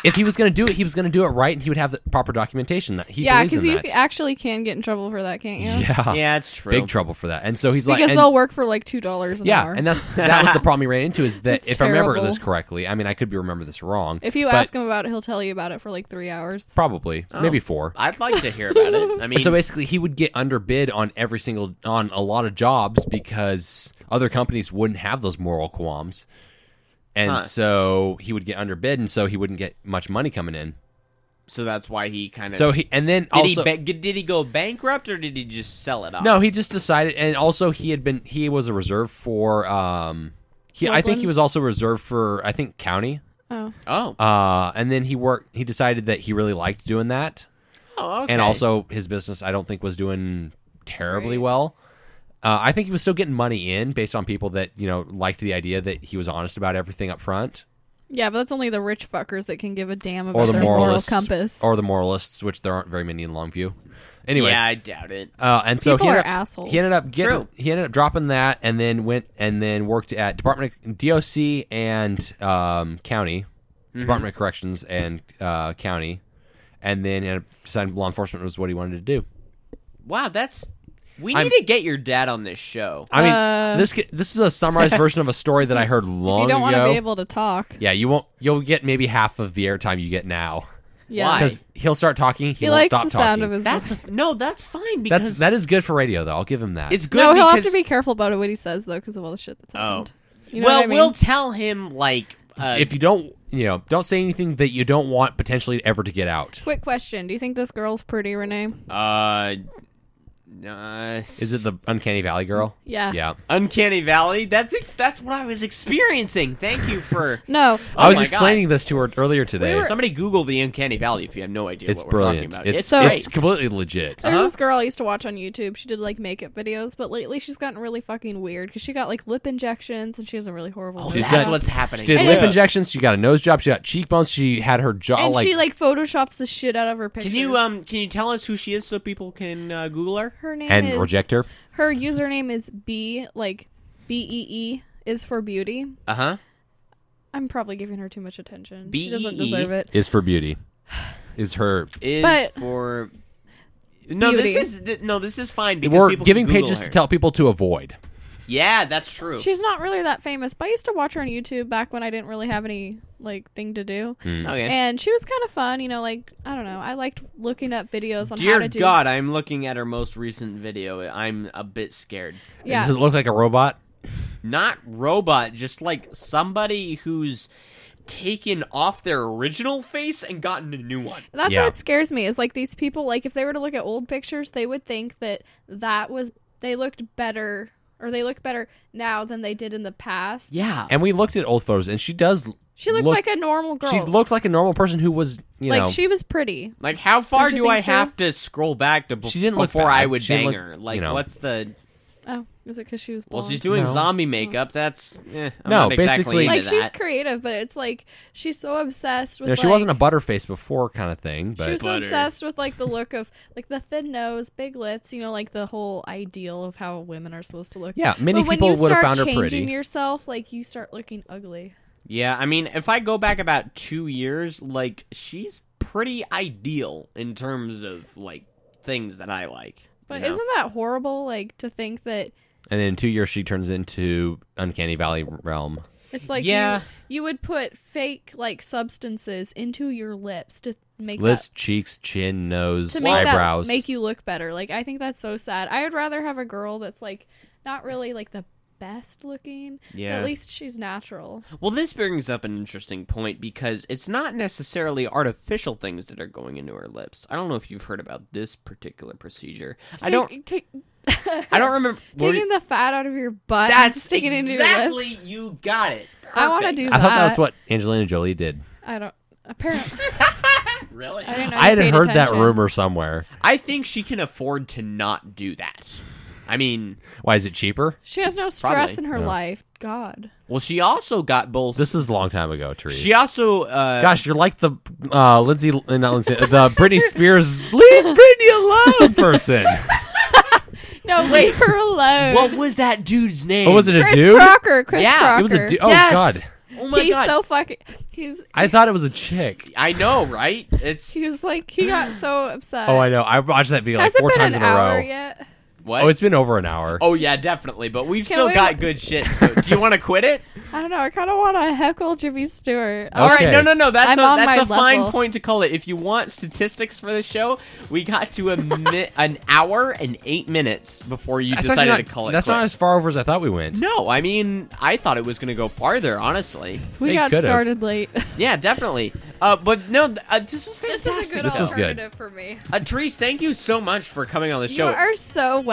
S3: If he was going to do it, he was going to do it right, and he would have the proper documentation that he
S4: yeah,
S3: believes in
S4: you
S3: that.
S4: actually can get in trouble for that, can't you?
S3: yeah,
S2: yeah, it's true.
S3: big trouble for that. And so he's like,
S4: Because
S3: and-
S4: they'll work for like two dollars an
S3: Yeah,
S4: hour.
S3: and that's that was the problem he ran into is that
S4: It's
S3: if I remember
S4: terrible.
S3: this correctly, I mean I could be remember this wrong.
S4: if you
S3: but
S4: ask him about it, he'll tell you about it for like three hours.
S3: probably maybe four.
S2: I'd like to hear about it. I mean,
S3: And so basically, he would get underbid on every single on a lot of jobs because other companies wouldn't have those moral qualms. And
S2: Huh.
S3: so he would get underbid, and so he wouldn't get much money coming in.
S2: So that's why he kind of.
S3: So he and then
S2: did
S3: also
S2: he ba- did he go bankrupt or did he just sell it off?
S3: no, he just decided, and also he had been he was a reserve for um he I think
S4: Loveland?
S3: he was also reserved for I think county.
S4: Oh,
S2: Oh.
S3: Uh, and then he worked. He decided that he really liked doing that,
S2: oh okay.
S3: and also his business I don't think was doing terribly
S4: Right.
S3: well. Uh, I think he was still getting money in based on people that you know liked the idea that he was honest about everything up front,
S4: yeah, but that's only the rich fuckers that can give a damn
S3: or
S4: about
S3: the
S4: their moral
S3: moralists,
S4: compass.
S3: or the moralists, which there aren't very many in Longview. Anyways,
S2: yeah, I doubt it.
S3: Uh, and so
S4: People
S3: he
S4: are
S3: ended, up,
S4: assholes.
S3: he ended up getting
S2: True.
S3: he ended up dropping that and then went and then worked at Department of DOC and um, County Department of Corrections and uh, County, and then ended up decided law enforcement was what he wanted to do.
S2: Wow, that's. We need
S3: I'm-
S2: to get your dad on this show.
S3: I mean,
S4: Uh.
S3: this could- this is a summarized version of a story that I heard
S4: if
S3: long
S4: you don't want to
S3: ago.
S4: be able to talk,
S3: yeah, you won't. You'll get maybe half of the airtime you get now
S4: yeah,
S2: Why?
S3: because he'll start talking. He,
S4: he
S3: won't
S4: likes
S3: stop
S4: the
S3: talking.
S4: sound of his.
S2: That's no, that's fine because
S3: That's that is good for radio though. I'll give him that.
S2: it's good.
S4: no, he'll have to
S2: because- Oh.
S4: be careful about what he says though, because of all the shit that's happened. You know
S2: well,
S4: what I mean?
S2: we'll tell him like uh,
S3: if you don't, you know, don't say anything that you don't want potentially ever to get out.
S4: Quick question: Do you think this girl's pretty, Renee?
S2: uh, uh,
S3: Is it the Uncanny Valley girl?
S4: Yeah.
S3: Yeah.
S2: Uncanny Valley? That's ex- that's what I was experiencing. Thank you for
S4: No,
S2: Oh
S3: I was
S2: my
S3: explaining this to her earlier today.
S4: We were-
S2: somebody Google the Uncanny Valley if you have no idea
S3: it's
S2: what
S3: brilliant.
S2: we're talking about.
S3: It's,
S2: It's,
S4: So-
S3: it's
S2: great.
S3: completely legit.
S4: There's
S2: Uh-huh.
S4: this girl I used to watch on YouTube. She did like makeup videos, but lately she's gotten really fucking weird because she got like lip injections and she has a really horrible.
S2: Oh,
S4: nose
S3: She's
S2: that's
S3: done-
S4: job.
S2: what's happening.
S3: She did
S4: And
S3: lip
S4: it's-
S3: injections. She got a nose job. She got cheekbones. She had her jaw
S4: and
S3: like,
S4: she like photoshops the shit out of her pictures.
S2: Can you um can you tell us who she is so people can uh, Google her?
S4: Her name
S3: and
S4: is
S3: reject her.
S4: her username is B like B E E is for beauty.
S2: Uh
S3: Uh-huh.
S2: huh.
S4: I'm probably giving her too much attention. She doesn't
S2: BEE.
S4: deserve it.
S3: Is for beauty. Is her.
S2: Is
S4: But-
S2: for no
S4: Beauty.
S2: this is th- no this is fine because
S3: We're
S2: people
S3: giving
S2: can Google
S3: pages
S2: her.
S3: to tell people to avoid.
S2: Yeah, that's true.
S4: She's not really that famous, but I used to watch her on YouTube back when I didn't really have any like thing to do.
S3: Mm.
S2: okay.
S4: And she was kind of fun, you know, like I don't know. I liked looking up videos on how
S2: Dear
S4: to do
S2: God, I'm looking at her most recent video. I'm a bit scared.
S4: Yeah.
S3: Does it look like a robot?
S2: Not robot, just like somebody who's taken off their original face and gotten a new one.
S4: That's
S3: Yeah.
S4: what scares me is like these people like if they were to look at old pictures, they would think that that was they looked better or they look better now than they did in the past.
S2: Yeah.
S3: And we looked at old photos, and she does.
S4: She looks
S3: look-
S4: like a normal girl.
S3: She looked like a normal person who was, you
S4: like
S3: know,
S4: she was pretty.
S2: Like how far
S4: Don't you
S2: do I
S4: think so?
S2: have to scroll back to bef-
S3: She didn't look
S2: before
S3: bad.
S2: I would
S3: She didn't
S2: bang
S3: look-
S2: her? Like
S3: you know.
S2: what's the
S4: Oh, is it because she was
S2: Well,
S4: blonde?
S2: she's doing
S3: No.
S2: zombie makeup. That's eh, I'm
S3: No,
S2: not exactly
S3: basically-
S2: into
S4: like she's
S2: that.
S4: creative, but it's like she's so obsessed with.
S3: you know, she
S4: like-
S3: wasn't a butterface before kind of thing.
S4: She
S3: But
S4: was so obsessed with like the look of like the thin nose, big lips, you know, like the whole ideal of how women are supposed to look.
S3: yeah, many
S4: but when
S3: people
S4: you
S3: would
S4: start
S3: have found her
S4: changing
S3: pretty.
S4: yourself, like you start looking ugly.
S2: Yeah, I mean, if I go back about two years, like she's pretty ideal in terms of like things that I like. you
S4: But
S2: know?
S4: isn't that horrible? Like to think that
S3: and then in two years, she turns into Uncanny Valley realm.
S4: it's like
S2: Yeah.
S4: you, you would put fake like substances into your lips to make
S3: lips,
S4: that
S3: cheeks, chin, nose,
S4: to make
S3: eyebrows.
S4: that make you look better. Like I think that's so sad. I would rather have a girl that's like not really like the best looking. but
S2: Yeah.
S4: At least she's natural.
S2: Well, this brings up an interesting point because it's not necessarily artificial things that are going into her lips. I don't know if you've heard about this particular procedure. I don't.
S4: take,
S2: I don't remember. were you-
S4: taking the fat out of your butt. and
S2: that's
S4: sticking it into your
S2: exactly.
S4: lips.
S2: You got it.
S4: I wanna
S2: Perfect.
S4: do
S3: I thought that was
S4: that.
S3: what Angelina Jolie did.
S4: I don't. Apparently,
S2: Really?
S4: I didn't know.
S3: I had
S4: you paid
S3: heard that
S4: attention.
S3: rumor somewhere.
S2: I think she can afford to not do that. I mean,
S3: Why is it cheaper?
S4: She has no stress
S2: Probably.
S4: in her
S3: Yeah.
S4: life. God.
S2: well, she also got both.
S3: This is a long time ago, Therese.
S2: she also uh,
S3: Gosh, you're like the uh, Lindsay, uh, not Lindsay, the Britney Spears leave Britney alone person.
S4: No, leave her alone.
S2: What was that dude's name?
S3: What was it, a
S4: Chris
S3: dude?
S4: Crocker. Chris
S2: Yeah,
S4: Crocker.
S3: It was a dude. Oh
S2: Yes!
S3: God,
S2: Oh my
S4: he's
S2: god!
S4: so fucking. He's.
S3: I thought it was a chick.
S2: I know, right? It's
S4: He was like. He got so upset.
S3: Oh, I know. I watched that video
S4: Has
S3: like
S4: it
S3: four
S4: been
S3: times
S4: an
S3: in a
S4: hour
S3: row.
S4: yet?
S2: what?
S3: Oh, it's been over an hour.
S2: Oh yeah, definitely. But we've
S4: Can
S2: still
S4: we-
S2: got good shit. So do you want to quit it?
S4: I don't know. I kind of want to heckle Jimmy Stewart. Oh,
S2: All right,
S3: Okay.
S2: no, no, no. That's
S4: I'm
S2: a,
S4: on
S2: that's a
S4: my
S2: fine
S4: level.
S2: point to call it. If you want statistics for the show, we got to a mi- an hour and eight minutes before you
S3: That's
S2: decided
S3: actually
S2: to
S3: not-
S2: call it.
S3: That's not as
S2: quits.
S3: far over as I thought we went.
S2: No, I mean, I thought it was going to go farther. Honestly,
S4: we
S3: they
S4: got
S3: could've.
S4: started late.
S2: yeah, definitely. Uh, but no, th- uh, this was fantastic.
S3: This was good.
S4: for me.
S2: Uh, Therese, thank you so much for coming on the
S4: You
S2: show.
S4: are so
S2: Yeah.
S4: welcome.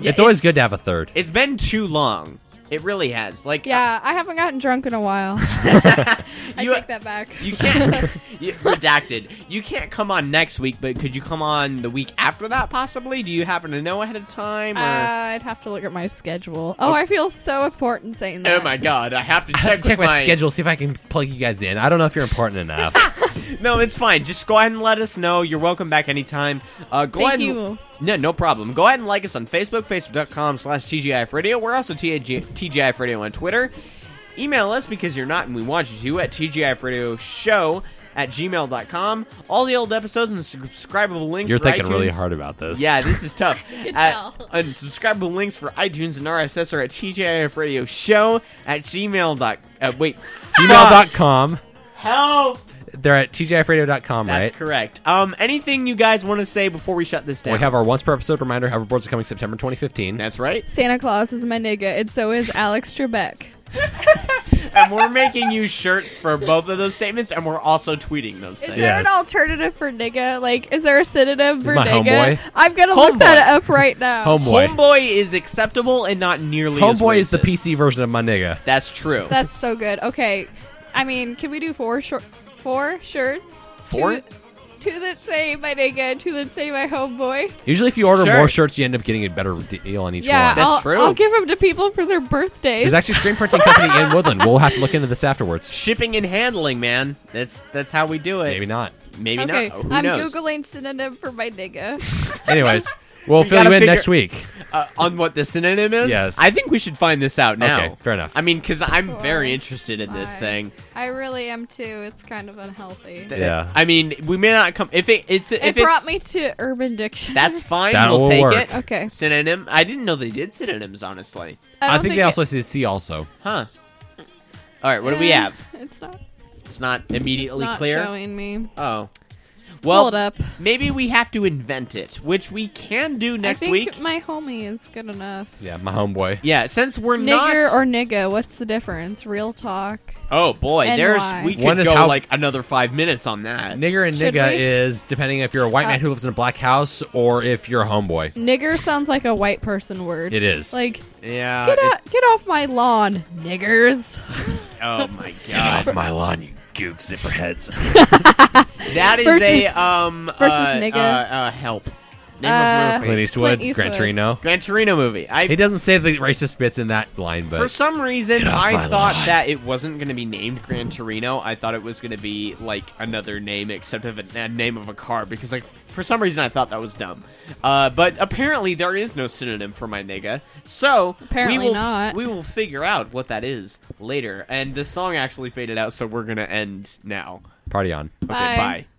S4: Yeah,
S3: It's always good to have a third.
S2: It's been too long. It really has. Like, uh,
S4: I haven't gotten drunk in a while. I
S2: You-
S4: take that back.
S2: You can't you, redacted. You can't come on next week, but could you come on the week after that? Possibly. Do you happen to know ahead of time? Or?
S4: Uh, I'd have to look at my schedule. Oh, I feel so important saying that.
S2: oh my god, I have to
S3: I have
S2: check,
S3: to check
S2: with
S3: my, schedule, see if I can plug you guys in. I don't know if you're important enough.
S2: No, it's fine. Just go ahead and let us know. You're welcome back anytime. Uh, go
S4: Thank
S2: ahead and-
S4: you.
S2: No, no problem. Go ahead and like us on Facebook, facebook.com slash TGIF Radio. We're also TG TGIF Radio on Twitter. Email us because you're not and we want you to at TGIF Radio Show at gmail.com. All the old episodes and the subscribable links
S3: You're
S2: for
S3: thinking really
S2: iTunes.
S3: hard about this.
S2: Yeah, this is tough.
S4: Good
S2: Uh,
S4: tell.
S2: and subscribable links for iTunes and RSS are at TJIF Radio Show at gmail. Dot, uh, wait, Fuck.
S3: Email.com.
S2: Help!
S3: They're at tgifradio.com,
S2: That's
S3: right?
S2: correct. Um, anything you guys want to say before we shut this down?
S3: We have our once per episode reminder. Hoverboards are coming September 2015.
S2: That's right.
S4: Santa Claus is my nigga, and so is Alex Trebek.
S2: and we're making you shirts for both of those statements, and we're also tweeting those
S4: Is
S2: things.
S4: there
S3: Yes.
S4: an alternative for nigga? Like, is there a synonym for
S3: my
S4: nigga?
S3: homeboy.
S4: I'm gonna
S2: Homeboy.
S4: look that up right now.
S3: Homeboy.
S2: Homeboy is acceptable and not nearly as
S3: Homeboy is the
S2: racist.
S3: PC version of my nigga.
S2: That's true.
S4: That's so good. Okay, I mean, can we do four shor- four shirts?
S2: Four?
S4: Two, two that say my nigga, and two that say my homeboy.
S3: Usually, if you order
S2: Sure.
S3: more shirts, you end up getting a better deal on each
S4: yeah,
S3: one.
S2: That's
S4: I'll,
S2: true.
S4: I'll give them to people for their birthdays.
S3: There's actually a screen printing company in Woodland. We'll have to look into this afterwards.
S2: Shipping and handling, man. That's that's how we do it.
S3: Maybe not.
S2: Maybe
S4: okay,
S2: not. Oh, Who
S4: I'm
S2: knows?
S4: googling synonym for my nigga.
S3: Anyways, we'll fill
S2: gotta
S3: you in
S2: figure-
S3: next week.
S2: uh, on what the synonym is?
S3: Yes.
S2: I think we should find this out now.
S3: Okay, fair enough.
S2: I mean, because I'm very
S4: Cool.
S2: interested in this
S4: Bye.
S2: thing.
S4: I really am too. It's kind of unhealthy.
S2: Th-
S3: Yeah.
S2: I mean, we may not come if it. It's if
S4: it
S2: it's,
S4: brought me to Urban Dictionary.
S2: That's fine.
S3: That
S2: we'll
S3: will
S2: take
S3: work.
S2: it.
S4: Okay.
S2: Synonym. I didn't know they did synonyms. Honestly.
S4: I,
S3: I,
S4: don't
S3: think, they
S4: it-
S3: also see C also.
S2: Huh. All right. What do we have?
S4: It's not,
S2: It's not immediately
S4: Eh. not
S2: clear.
S4: showing me.
S2: Oh. Well,
S4: Hold up.
S2: maybe we have to invent it, which we can do next
S4: I think
S2: week.
S4: my homie is good enough.
S3: Yeah, my homeboy.
S2: Yeah, since we're not.
S4: Nigger or nigga, what's the difference? Real talk.
S2: oh boy,
S4: and
S2: there's
S4: why?
S2: we could
S3: One is
S2: go
S3: how-
S2: like another five minutes on that.
S3: Nigger and
S4: Should
S3: nigga
S4: we?
S3: is depending if you're a white man
S4: Uh,
S3: who lives in a black house or if you're a homeboy.
S4: Nigger sounds like a white person word.
S3: It is.
S4: Like
S2: Yeah.
S4: get
S2: Uh, it-
S4: out, get off my lawn, niggers.
S2: Oh my god.
S5: my lawn, you gook zipperheads.
S2: That is
S4: Versus-
S2: a um
S4: versus
S2: uh,
S4: nigga.
S2: uh, uh, help. Name
S4: Uh,
S2: of
S3: Clint
S2: movie.
S3: Eastwood,
S4: Clint
S3: Gran
S4: Eastwood.
S3: Torino.
S2: Gran Torino movie.
S3: He
S2: I
S3: doesn't say the racist bits in that line, but
S2: for some reason
S5: off
S2: I
S5: my
S2: thought
S5: lawn.
S2: that it wasn't going to be named Gran Torino. I thought it was going to be like another name except of a, a name of a car because like for some reason I thought that was dumb. Uh, but apparently there is no synonym for my nigga. So we
S4: Apparently
S2: will
S4: not.
S2: we will figure out what that is later. And the song actually faded out so we're going to end now.
S3: party on.
S2: Okay,
S4: Bye.
S2: bye.